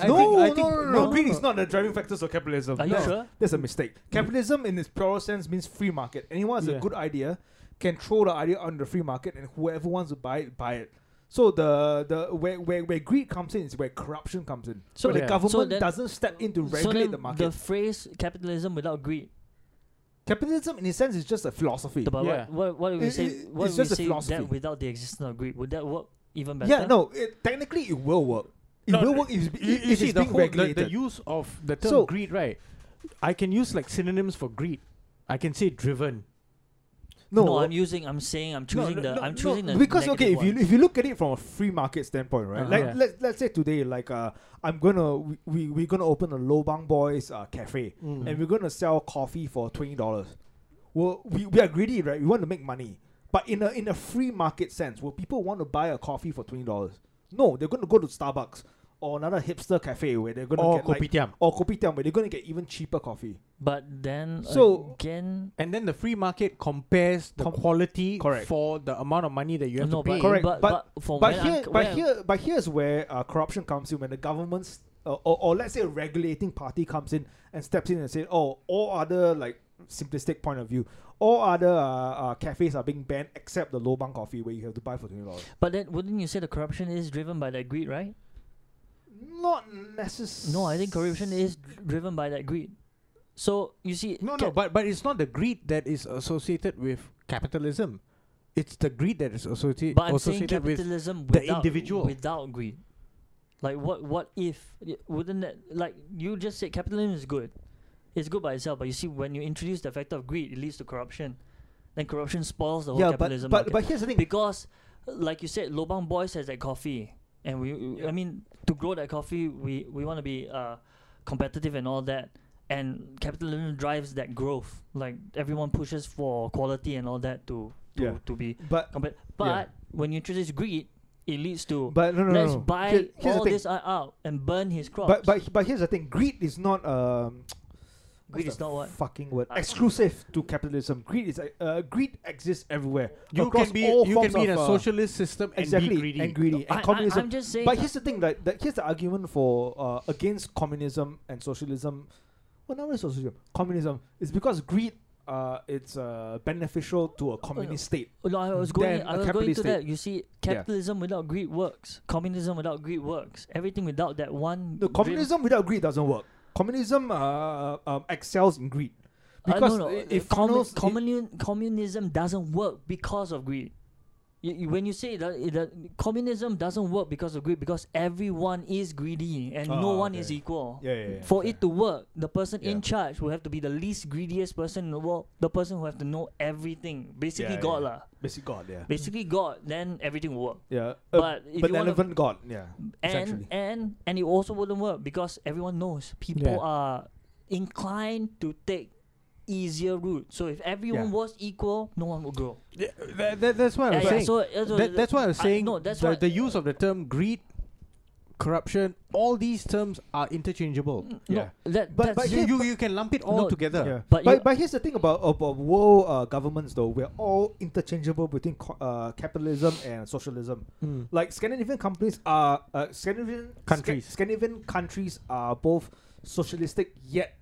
A: capitalism.
D: I
B: no,
D: think- I
B: no,
D: think-
B: no, no,
A: no,
B: no, Greed
A: no.
B: is not the driving factors of capitalism.
A: Are you
B: no,
A: sure?
B: That's a mistake. Capitalism, in its pure sense, means free market. Anyone has
D: Yeah.
B: a good idea can throw the idea on the free market, and whoever wants to buy it, buy it. So the the where where, where greed comes in is where corruption comes in. So
A: So
D: yeah.
B: the government
A: So then-
B: doesn't step in to
A: so
B: regulate
A: then
B: the
A: the
B: market.
A: phrase capitalism without greed.
B: capitalism, in a sense, is just a philosophy.
A: But
D: Yeah.
A: what, what what do we
B: It-
A: say?
B: it-
A: what
B: it's
A: do we
B: just a
A: say
B: philosophy.
A: that without the existence of greed would that work even better?
B: yeah, no. It, technically, it will work. It
D: No,
B: will
D: no,
B: work if,
D: you,
B: if,
D: you
B: if
D: see
B: it's
D: the,
B: being
D: whole, the, the
B: regulated.
D: use of the term
B: So-
D: greed, right? I can use like synonyms for greed. I can say driven.
A: no. I'm using. I'm saying. I'm choosing
B: no,
A: the.
B: no,
A: I'm
B: no,
A: choosing the.
B: because okay,
A: negative
B: if you
A: one.
B: if you look at it from a free market standpoint, right?
A: Uh-huh.
B: Like
D: Yeah.
B: let let's say today, like uh, I'm gonna we we we gonna open a Lobang Boys uh cafe,
D: Mm.
A: Mm.
B: and we're gonna sell coffee for twenty dollars. Well, we, we are greedy, right? We want to make money, but in a in a free market sense, will people want to buy a coffee for twenty dollars? No, they're gonna go to Starbucks or another hipster cafe where they're gonna
D: or
B: get like
D: kopitiam.
B: or kopitiam where they're gonna get even cheaper coffee.
A: But then
B: So-
A: again,
D: and then the free market compares the
B: Com-
D: quality
B: correct.
D: for the amount of money that you have
A: no,
D: to pay.
A: but,
B: Correct,
A: but
B: but-
A: but for
B: But
A: when I'm
B: here,
A: c-
B: but
A: when-
B: here, but here's where uh, corruption comes in when the government's uh, or, or let's say a regulating party comes in and steps in and says, "Oh, all other like simplistic point of view, all other uh, uh, cafes are being banned except the lobang coffee where you have to buy for twenty dollars."
A: But then wouldn't you say the corruption is driven by that greed, right?
B: Not necessarily.
A: No, I think corruption is driven by that greed. So you see,
D: No,
A: ca-
D: no, but but it's not the greed that is associated with capitalism. It's the greed that is associated
A: But I'm saying
D: associated with
A: capitalism
D: the
A: without,
D: individual.
A: without greed. Like what? What if? y- Wouldn't that like you just said capitalism is good? It's good by itself, but you see, when you introduce the factor of greed, it leads to corruption. Then corruption spoils the whole
B: Yeah, but
A: capitalism.
B: but,
A: market.
B: but here's the thing.
A: because, like you said, Lobang Boys has that coffee, and we, we- I mean, to grow that coffee, we we want to be uh, competitive and all that. And capitalism drives that growth. Like everyone pushes for quality and all that to to,
B: Yeah.
A: to be
B: But
A: Compa- But when you introduce greed, it leads to
B: but no no
A: let's
B: no. no.
A: buy
B: Here- here's the
A: all
B: thing.
A: this out- out and burn his crops.
B: But but but here's the thing. Greed is not um.
A: Greed
B: what's
A: is
B: the
A: not what?
B: fucking word
A: Uh,
B: exclusive to capitalism. Greed is uh, uh, greed exists everywhere.
D: you
B: across
D: can be
B: all
D: you can
B: forms
D: be in a
B: of, uh,
D: socialist system and
B: exactly
D: be greedy.
B: and greedy and
A: I,
B: communism.
A: am just saying.
B: but here's the thing that, that here's the argument for uh, against communism and socialism. Well, not really socialism, communism is because greed. Uh, it's uh, beneficial to a communist state.
A: Oh, no, I was going.
B: then
A: I
B: a
A: was going
B: capitalist
A: to
B: state.
A: that. You see, capitalism without greed works. Communism without greed works. Everything without that one.
B: The
A: driv-
B: communism without greed doesn't work. Communism uh, um, excels in greed
A: Uh, no,
B: because
A: no,
B: it,
A: uh,
B: it
A: commu-
B: funnels- it-
A: communism- communism doesn't work because of greed. You, you- when you say that, it- that communism doesn't work because of greed, because everyone is greedy and no
B: Ah,
A: one is
B: okay. yeah,
A: equal.
B: yeah, yeah,
A: For
B: okay.
A: it to work, the person in
B: Yeah.
A: charge will have to be the least greediest person in the world. The person who have to know everything, basically
B: Yeah,
A: God
B: yeah.
A: lah.
B: basic God, yeah,
A: Basically God, then everything will work.
B: yeah. Uh,
A: But if
B: but
A: you wanna,
B: relevant God, yeah,
A: and
B: essentially.
A: and and it also wouldn't work because everyone knows people
D: Yeah.
A: are inclined to take easier route. So if everyone
B: Yeah.
A: was equal, no one would grow.
D: Yeah, tha- tha- that's what I
A: Yeah,
D: was
A: yeah,
D: saying.
A: so, uh, so
D: That- that's why I was
A: I-
D: saying.
A: no, that's
D: the,
A: what-
D: the use of the term greed, corruption, all these terms are interchangeable.
A: Mm, no,
B: Yeah.
A: that
B: But-
A: but,
B: but
A: that's
D: you, you you can lump it all
A: No,
D: together.
B: Yeah. But
A: But
B: but,
A: you-
B: here's the thing about about world uh, governments though we're all interchangeable between co- uh, capitalism and socialism.
D: Mm.
B: Like Scandinavian companies are uh, Scandinavian Sca-
D: Countries.
B: Scandinavian countries are both socialistic yet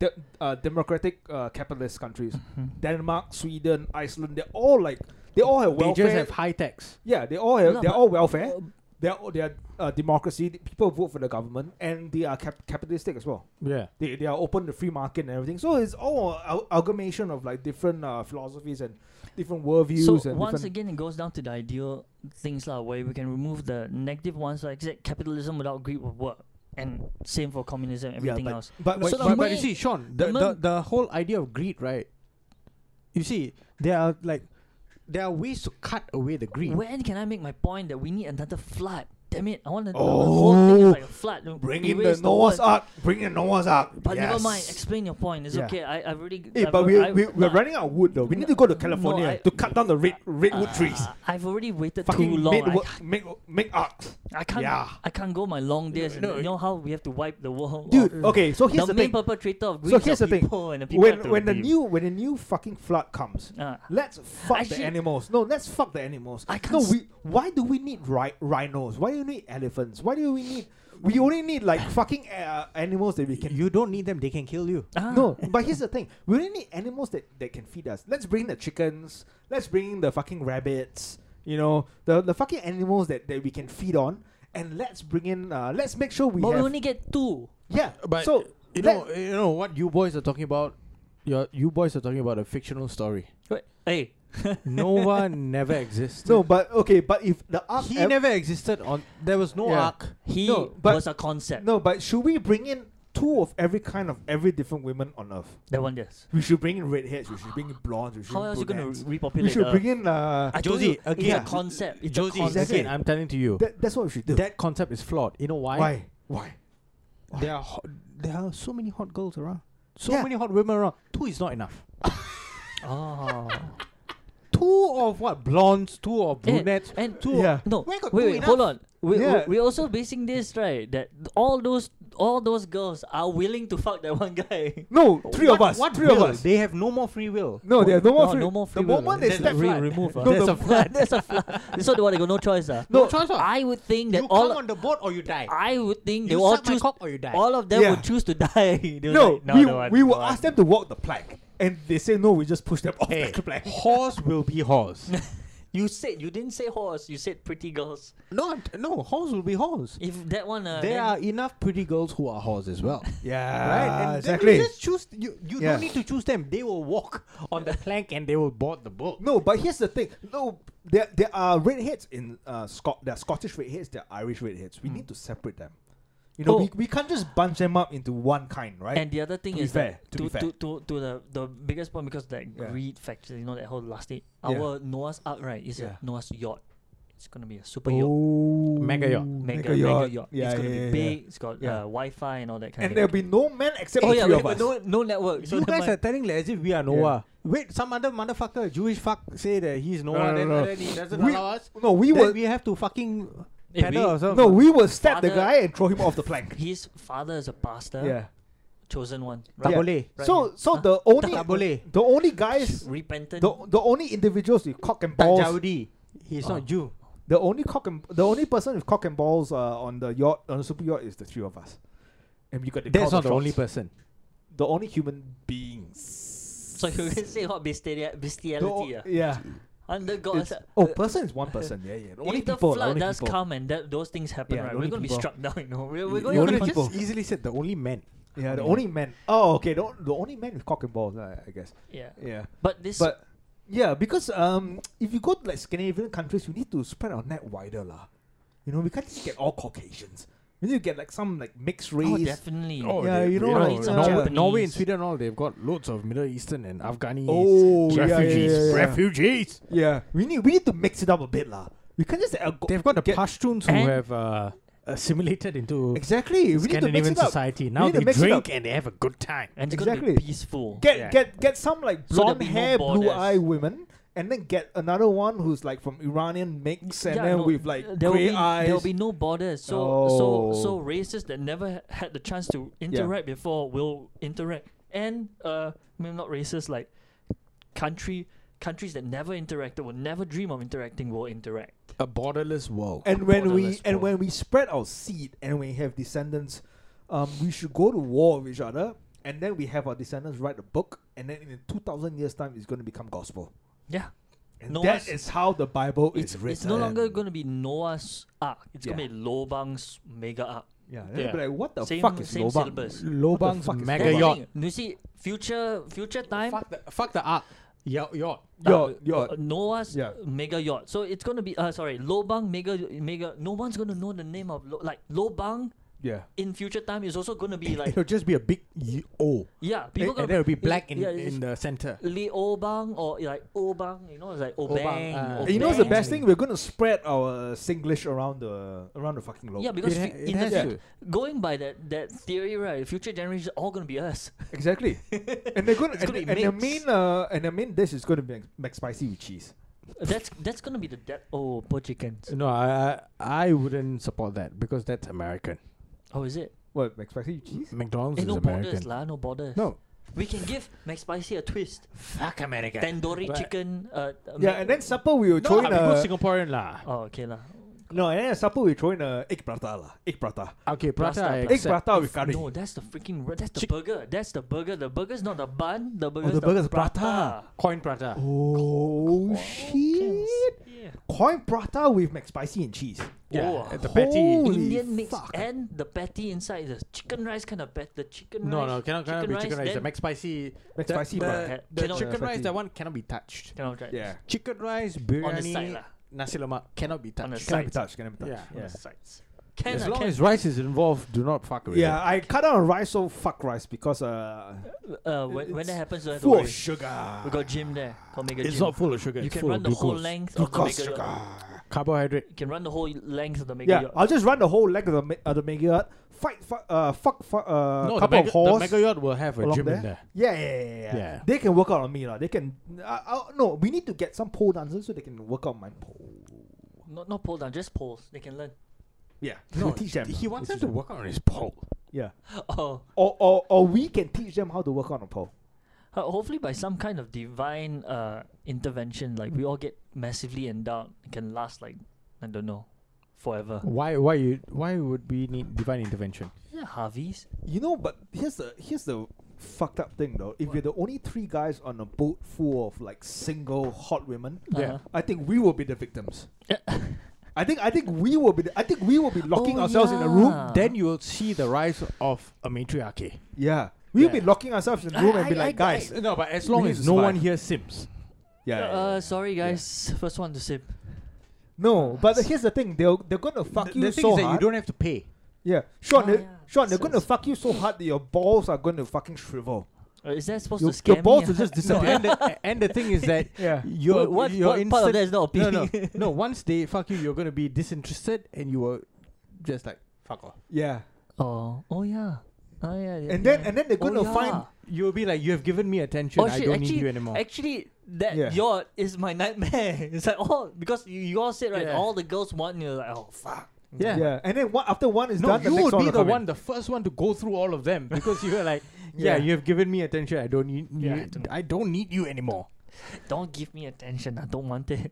B: de- uh, democratic uh, capitalist countries. Denmark, Sweden, Iceland, they're all like they all have
D: They
B: welfare.
D: just have high tax.
B: yeah, they all have
A: No,
B: they're
A: but-
B: all
D: eh?
B: welfare.
A: uh,
B: They're all, they're uh, democracy. The People vote for the government, and they are cap- capitalistic as well
D: Yeah.
B: they, they are open to free market and everything. So it's all al- amalgamation of like different uh, philosophies and different worldviews.
A: So
B: and
A: once
B: different,
A: again, it goes down to the ideal things lah, where we can remove the negative ones. Like I said, capitalism without greed would work, and same for communism, everything
B: but-
A: else.
B: but,
A: So
B: but,
A: the
D: but, but
A: main-
D: you see, Sean, the,
A: the
D: the,
A: main-
D: the whole idea of greed, right? You see, there are like there are ways to cut away the greed.
A: When can I make my point that we need another flood? Damn it! I want to. the whole thing
B: Oh,
A: is like a flood. no,
B: bring in the
A: erase
B: Noah's
A: word.
B: Ark. Bring in Noah's Ark.
A: But never mind.
B: Yes.
A: Explain your point. It's
D: Yeah.
A: okay. I I've already.
B: Hey,
A: I've
B: but
A: al-
B: we
A: I-
B: we we're
A: no,
B: running out of wood though. We need to go to California
A: no, I-
B: to cut down the red redwood
A: uh,
B: trees.
A: I've already waited
B: Fucking
A: too long.
B: Make,
A: I,
B: wo- make make arcs,
A: I can't.
B: Yeah.
A: I can't go my long days.
D: no,
A: and you know how we have to wipe the world.
B: dude.
A: off.
B: Okay, so here's
A: the,
B: the
A: main
B: thing.
A: perpetrator of
B: So
A: Greece
B: here's
A: are
B: the thing.
A: people, and the people have
B: When
A: to
B: when the
A: be-
B: new when the new fucking flood comes,
A: Ah.
B: Let's fuck
A: Actually-
B: the animals. No, let's fuck the animals.
A: I can't
B: no,
A: s-
B: we. Why do we need ri- rhinos? Why do we need elephants? Why do we need? We only need
D: *laughs*
B: like fucking uh, animals that we can.
D: You don't need them; they can kill you.
A: Ah.
B: No, but here's the thing: we only need animals that, that can feed us. Let's bring the chickens. Let's bring the fucking rabbits. You know the the fucking animals that, that we can feed on, and let's bring in. Uh, let's make sure we
A: but we
B: have.
A: only get two.
B: yeah,
D: But
B: so
D: you
B: let-
D: know, you know what you boys are talking about. Your you boys are talking about a fictional *laughs* story.
A: Wait, hey,
D: Nova never existed.
B: no, but okay, but if the ark
D: he
B: ev-
D: never existed on. There was no
B: Yeah.
D: arc.
A: he
B: No, but-
A: was a concept.
B: no, but should we bring in two of every kind of every different women on earth?
A: That one, yes.
B: We should bring in redheads. We should bring in blondes. We should
A: How
B: bring
A: else you gonna
B: brunettes.
A: re-
B: We
A: repopulate?
B: should
A: Earth?
B: bring in. Uh,
A: I told
D: Josie,
A: you,
D: again,
A: it's a concept. It's
D: Josie,
A: a concept.
B: exactly.
D: again, I'm telling to you,
B: that, that's what we should do.
D: that concept is flawed. You know why?
B: Why? Why?
D: There are ho- there are so many hot girls around. So
B: Yeah.
D: many hot women around. Two is not enough.
A: Oh.
B: Ah.
D: Two of what? Blondes, two of
A: Eh,
D: brunettes,
A: and
D: two
B: Yeah.
D: of
A: no,
D: Where
A: wait,
D: got two
A: wait,
D: enough?
A: hold on. we,
B: Yeah.
A: we, are also basing this right that all those all those girls are willing to fuck that one guy.
B: No, three of
D: What-
B: us.
D: What
B: three
D: will?
B: of us.
D: They have no more free *laughs* will.
B: No, there are no more.
A: No,
B: free,
A: no more free
B: the
A: will.
B: moment they
A: That's
B: step,
A: re-
B: right, *laughs*
A: remove.
B: No,
A: ah. That's
D: *laughs*
B: the-
A: a flood. That's a flood. This one they want to go. No choice. ah.
D: No, choice. ah.
A: I would think that
D: you
A: all.
D: come on the boat or you die.
A: I would think they
D: you
A: all
D: suck my
A: choose.
D: cock or you die. *laughs*
A: All of them
B: Yeah.
A: would choose to die. *laughs* They were
B: no,
A: like, no,
B: we,
A: don't want,
B: we
A: don't
B: will
A: want."
B: ask them to walk the plank, and they say no. We just push them off
D: Hey,
B: the plank.
D: horse will be horse.
A: You said you didn't say horse. You said pretty girls.
D: no, no, horse will be horse.
A: If that one, uh,
D: there
A: then-
D: are *laughs* enough pretty girls who are whores as *laughs* well.
B: Yeah,
D: right? And then
B: exactly.
D: You just choose. You, you
B: Yeah.
D: don't need to choose them. They will walk on the plank and they will board the boat. *laughs*
B: No, but here's the thing. No, there there are redheads in uh Scot. There are Scottish redheads. There are Irish redheads. We need to separate them. You know,
A: Hmm. Oh.
B: we, we can't just bunch them up into one kind, right?
A: And the other thing
B: To be
A: is
B: fair,
A: that
B: to
A: to,
B: be
A: to,
B: fair.
A: to, to the the biggest point because that
B: Yeah.
A: greed factor, you know, that whole last thing.
B: Yeah.
A: Our Noah's Ark, right, is
B: Yeah.
A: a Noah's yacht. It's gonna be a super yacht,
B: oh,
D: Mega yacht.
A: mega,
B: mega yacht.
A: mega yacht.
B: Yeah,
A: it's gonna
B: yeah,
A: be
B: yeah,
A: big. It's got
B: Yeah.
A: uh, Wi-Fi and all that kind
B: And
A: of.
B: there'll be no men except
A: oh
B: the
A: yeah,
B: three
A: we-
B: of us.
A: but no no network. So
D: you
A: never
D: guys are
A: mind.
D: telling like as if we are Noah. Wait, some other motherfucker, Jewish fuck, say that he's Noah,
B: no,
D: then,
B: no.
D: then he doesn't
B: We-
D: allow us.
B: no, we
D: Then
B: will.
D: we have to fucking
A: Eh,
D: paddle
A: we-
D: ourselves.
B: no, we will stab the
A: Father-
B: guy and throw him off the
A: *laughs*
B: plank.
A: His father is a pastor,
B: Yeah.
A: chosen one,
D: tak
A: right?
B: Yeah.
D: boleh.
A: Right
B: so,
A: here.
B: so
A: Huh?
B: the only *laughs*
D: Tak boleh.
B: the only guys,
A: Repentant.
B: the the only individuals with cock and
D: Tak
B: balls
D: Yahudi. He's
A: Ah.
D: not Jew.
B: The only cock and the only person with cock and balls uh, on the yacht on the super yacht is the three of us, and you got to
D: That's
B: call
D: not the only
B: shots.
D: person.
B: the only human beings.
A: so you can say what bestiality?
B: The o-
A: bestiality ah.
B: yeah.
A: Under
B: It's-
A: God.
B: oh, person is one person. Yeah, yeah. The only
A: if the
B: people.
A: flood
B: only
A: does
B: people.
A: come and that those things happen,
B: Yeah, the
A: right, we're
B: only
A: gonna
B: people.
A: be struck *laughs* down. You know,
B: The
A: we're,
B: only
A: we're going to
D: could
B: could've
D: have
B: just people.
D: just easily said the only man.
B: yeah, the
A: Yeah.
B: only man. Oh, okay. The, on- the only man with cock and balls. I, I guess.
A: *laughs* yeah.
B: Yeah.
A: But this
B: But yeah, because um, if you go to like Scandinavian countries, we need to spread our net wider, lah. You know, we can't just get all Caucasians. We need to get like some like mixed race.
A: oh definitely
B: Yeah,
D: they-
B: you know, uh,
A: like some
D: Norway,
A: Japanese-
D: Norway and Sweden, all they've got loads of Middle Eastern and Afghani
B: Oh, yeah, yeah,
D: refugees.
B: yeah, yeah.
D: Refugees.
B: Yeah, we need we need to mix it up a bit, lah. We can't just uh, go-
D: They've got the
B: get-
D: Pashtuns who
A: And-
D: have uh, assimilated into
B: exactly. We need to mix
D: Scandinavian
B: it up.
D: society.
B: We
D: Now
B: need to
D: they
B: mix it up.
D: drink and they have a good time.
A: and it's gonna
B: Exactly.
A: be peaceful.
B: Get
D: Yeah.
B: get get some like
A: So there'll
B: blonde
A: be no
B: hair, blue
A: borders.
B: eye women, and then get another one who's like from Iranian mix, and
A: Yeah,
B: then
A: no,
B: with like
A: there will
B: gray
A: be,
B: eyes.
A: There will be no borders. So so so
B: Oh.
A: races that never ha- had the chance to interact before will interact, and uh, I mean, not races like country countries that never interacted will never dream of interacting will interact.
D: A borderless world.
B: and when we
A: borderless
B: and
A: world.
B: when we spread our seed and we have descendants, um, we should go to war with each other, and then we have our descendants write a book, and then in two thousand years time, it's going to become gospel.
A: Yeah,
B: And
A: No
B: that
A: one's-
B: is how the Bible
A: it's
B: is written.
A: it's no longer going to be Noah's Ark. It's
B: Yeah.
A: gonna be Lobang's Mega Ark.
B: Yeah, then they'll
D: Yeah.
B: be like, what the
A: Same-
B: fuck is
A: same
B: lobang?
A: syllabus.
B: What the
D: Lobang's
B: fuck is
D: mega
A: That's the
B: lobang?
D: yacht.
A: thing. You see, future future time.
D: Fuck the fuck the art. Yacht, yacht.
A: Uh,
B: Yacht, yacht.
A: uh, Noah's
B: Yeah.
A: mega yacht. So it's gonna be uh sorry, Lobang mega mega. No one's gonna know the name of Lo- like Lobang
B: Yeah.
A: in future time is also gonna be like
D: It'll just be a big y- O,
A: yeah
D: and,
A: people
D: and
A: gonna
D: there'll be black in,
A: yeah,
D: in the center.
A: Leobang or like Obang. You know, it's like Obang.
D: ah.
A: Obang.
B: you know what's the
D: Obang.
B: best thing? We're gonna spread our Singlish around the around the fucking globe.
A: Yeah, because
D: It ha-
A: fu-
D: it
A: in the
D: has
A: fu- going by that that theory, right? Future generations are all gonna be us. *laughs*
B: exactly. and they're gonna,
A: It's
B: and,
A: gonna be
B: and their
A: mixed.
B: main uh, and their main dish is gonna be mac spicy with cheese.
A: That's that's gonna be the death. Oh, poor chickens.
D: No, I I I wouldn't support that because that's American.
A: Oh, is it?
B: What mac spicy with cheese?
D: McDonald's
A: Eh,
D: is
A: no borders,
D: American.
A: lah. No borders.
D: No,
A: we can give McSpicy a twist.
D: fuck America.
A: Tandoori
D: But-
A: chicken. Uh,
B: Yeah, and then supper we will
D: No,
B: throw in
D: because
B: a
D: Singaporean lah.
A: Oh, okay lah.
B: no, and then at supper we throw in a egg prata lah, egg prata,
D: Okay, prata.
A: Prata,
D: I
A: prata.
B: egg
D: accept.
B: prata with curry.
A: No, that's the freaking ra- that's the
D: Chick- Oh,
A: burger. That's the burger. The burger's not the bun. The burger's
B: the
A: the
B: burger's
A: prata.
B: prata.
D: Coin prata.
B: Oh
A: Chickens.
B: shit!
A: Yeah.
B: Coin prata with mac spicy and cheese.
D: Yeah,
A: Oh,
D: at the patty.
B: holy
A: Indian mix
B: fuck.
A: and the patty inside is a chicken rice kind of patty. The chicken
D: No,
A: rice.
D: no, cannot, cannot be chicken rice. The
A: then-
D: mac spicy.
B: Mac
D: the-
B: spicy
D: The,
A: prata.
D: the
A: Cannot-
D: chicken
B: Yeah,
D: rice, that
B: fatty.
D: one cannot be touched.
A: Cannot try.
B: Yeah,
D: Chicken rice,
A: On the side
D: biryani,
A: lah.
D: nasi lemak cannot be
A: On the
D: touched.
A: side.
B: cannot be touched. Cannot be touched.
D: Yeah.
A: On the sides. Can
D: As
A: I
D: long
A: can
D: as rice is involved, do not fuck with
B: Yeah,
D: it.
B: I cut down on rice, so fuck rice because uh,
A: uh, when, when
B: it's
A: that happens, don't have to
B: full
A: worry.
B: of sugar.
A: We got gym there called Mega
D: It's
A: Gym.
D: not full of sugar.
A: you
D: it's
A: can
D: full
A: run
D: of
A: the whole
D: glucose.
A: length of the
B: glucose
A: Mega
B: sugar.
A: Yacht.
D: Carbohydrate.
A: You can run the whole length of the Mega
B: Yeah,
A: Yacht.
B: I'll just run the whole leg of the ma- of the mega yacht, fight, fu- uh, fuck, fu- uh,
D: no, the
B: couple
D: mega,
B: of horse.
D: the mega yacht will have a
B: along
D: gym
B: there.
D: in there.
B: yeah, yeah, yeah, yeah,
D: Yeah.
B: They can work out on me, lah. They can. I, I, no, we need to get some pole dancers so they can work out my pole.
A: Not not pole down, just poles. They can learn. *laughs*
B: Yeah,
D: No,
B: we *laughs* teach them.
D: He wants
B: We
D: them
B: teach
D: to work on his pole.
B: Yeah,
A: Oh,
B: or, or or we can teach them how to work on a pole.
A: Ho- hopefully by some kind of divine uh, intervention, like we all get massively endowed, it can last like I don't know, forever.
B: Oh.
D: Why? Why you? Why would we need divine intervention?
A: Yeah, Harveys.
B: You know, but here's the here's the fucked up thing though. If we are the only three guys on a boat full of like single hot women,
A: Yeah.
B: I think we will be the
D: *laughs*
B: victims. I think I think we will be the, I think we will be locking
A: Oh,
B: ourselves in a room.
A: yeah.
D: Then you will see the rise of a matriarchy.
B: Yeah, we'll be
D: Yeah.
B: locking ourselves in a room and be like, guys.
D: No, but as
B: We
D: long
B: need
D: as
B: to
D: no
B: survive.
D: one here *laughs* sims.
B: yeah, yeah, yeah.
A: Uh, sorry guys, first one to sip.
B: no, but here's the thing. They'll they're gonna fuck
D: the
B: you
D: the thing
B: so
D: is that you
B: hard.
D: don't have to pay.
B: yeah, Sean,
A: Oh,
B: they're,
A: yeah.
B: Sean, they're
A: So
B: gonna
A: it's-
B: fuck you so hard that your balls are gonna fucking shrivel.
A: Uh, is that supposed
B: Your,
A: to scare
B: your balls
A: me?
B: will
A: *laughs*
B: just
D: No,
B: disappear.
D: and, the, and the thing is that
B: yeah.
D: you're
A: Wha- what
D: you're
A: what part of that
D: instant-
A: is not
D: no,
A: appealing? *laughs*
D: no, no. Once they fuck you, you're gonna be disinterested, and you will just like fuck off.
B: Yeah.
A: Oh, oh yeah. Oh yeah. yeah
B: And
A: yeah.
B: then and then they're
A: Oh,
B: gonna find
A: yeah.
D: You'll be like, you have given me attention.
A: Oh,
D: I
A: shit,
D: don't
A: actually-
D: need you anymore.
A: Actually, that
B: Yeah.
A: yacht is my nightmare. *laughs* it's like oh, because you, you all said right,
D: Yeah.
A: all the girls want you. Like oh fuck.
D: yeah.
B: Yeah, and then one, after one is
D: No,
B: done, the
D: you
B: next
D: would
B: one
D: be
B: will
D: the
B: come in.
D: one, the first one to go through all of them because you were like,
B: Yeah.
D: *laughs* yeah, you have given me attention. I don't need
A: Yeah,
D: you,
A: I don't-
D: I don't need you anymore.
A: Don't give me attention. I don't want it.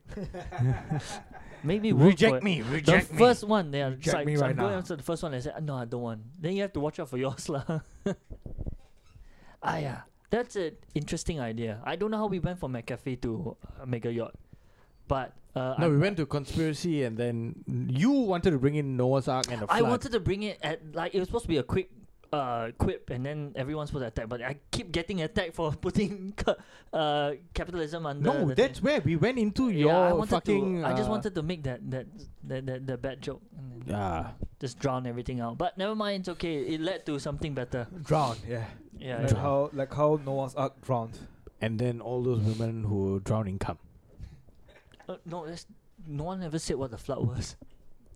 A: Maybe
D: Reject me,
A: The
D: reject me.
A: first one, they are
B: Reject
A: like,
B: me
A: so I'm
B: right
A: going
B: now.
A: after the first one. I said, no, I don't want. Then you have to watch out for yours, lah. *laughs* ah, yeah, that's an interesting idea. I don't know how we went from McCafe to uh, Mega Yacht, but uh,
D: no,
A: I'm-
D: we went to conspiracy, and then you wanted to bring in Noah's Ark and the
A: I
D: flood.
A: wanted to bring it at like it was supposed to be a quick uh quip and then everyone's supposed to attack, but I keep getting attacked for *laughs* putting ca- uh capitalism under.
D: no,
A: the
D: that's
A: thing.
D: where we went into
A: yeah, I
D: your
A: wanted
D: fucking.
A: to. I just
D: uh,
A: wanted to make that that that that, that bad joke. And then
D: Ah.
A: Just drown everything out, but never mind. It's okay. It led to something better.
B: drowned. Yeah,
A: Yeah.
B: like
A: yeah.
B: how like how Noah's Ark drowned.
D: And then all those women who drown in cum.
A: Uh, no, that's, no one ever said what the flood was.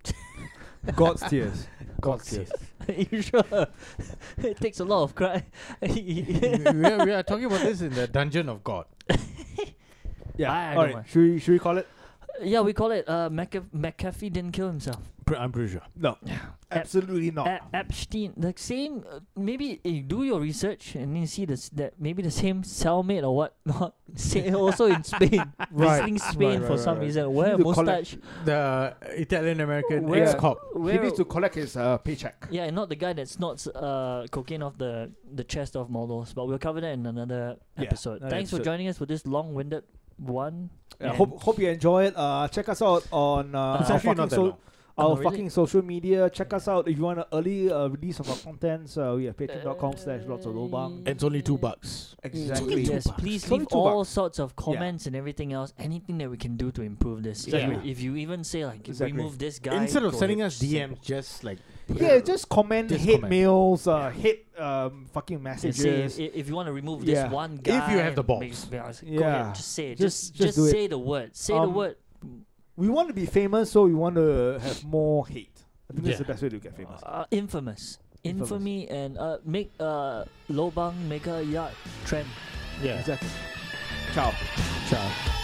A: *laughs*
D: *laughs*
B: God's tears.
D: God's tears.
A: you sure? *laughs* it takes a lot of cry. *laughs* yeah,
D: *laughs* we, are, we are talking about this in the dungeon of God.
B: Yeah.
A: I- I
B: All
A: don't
B: right.
A: mind.
B: Should we, should we call it?
A: we call it uh, McAf- McAfee didn't kill himself.
D: Pre- I'm pretty sure.
B: No. Absolutely not.
A: A- Epstein, the same. Uh, maybe eh, do your research and then see this that maybe the same cellmate or what not. *laughs* Say also in Spain,
B: *laughs* Right,
A: visiting Spain
B: right,
A: for
B: right,
A: some
B: right.
A: reason.
B: You
A: Wear a
B: need to collect-
A: mustache.
D: The Italian American
A: Where-
D: ex cop.
A: Wear
B: he needs to
A: a-
B: collect his uh, paycheck.
A: Yeah, and not the guy that snorts uh, cocaine off the, the chest of models. But we'll cover that in another
B: Yeah,
A: episode.
B: another
A: Thanks for
B: episode.
A: joining us for this long winded one.
B: Yeah,
A: And-
B: hope hope you enjoy it. Uh, check us out on uh,
A: It's
B: our
D: actually
B: fucking,
D: not that
B: so-
D: long.
B: our
A: Oh, really?
B: fucking social media. Check us out if you want an early uh, release of our contents. Uh, we have patreon.com slash lots of lobang.
D: It's only two bucks.
B: Exactly.
A: Yes, please
B: It's only
A: leave
B: two
A: all
B: bucks.
A: sorts of comments and everything else. Anything that we can do to improve this. If you-
D: Exactly.
A: If, you, even say like
B: Exactly.
A: remove this guy
D: Instead of
A: go
D: sending
A: ahead,
D: us
A: send-
D: DMs, just like
B: Yeah, just comment
D: Just
B: hate
D: comment.
B: mails, uh, hate um, fucking
A: and say if,
B: messages.
A: if you want to remove
B: Yeah.
A: this one
D: you
A: guy,
D: have the
A: and make-
D: balls.
A: be honest, go
B: Yeah.
A: ahead, just say it.
B: Just-
A: Just
B: just do it.
A: say the word. Say the
B: Um,
A: word.
B: We want to be famous, so we want to have more hate. I think that's
D: Yeah.
B: the best way to get famous.
A: Uh, infamous.
B: Infamous.
A: Infamy and uh, make uh, Lobang make a yacht trend.
D: yeah.
B: Exactly. Ciao.
D: Ciao.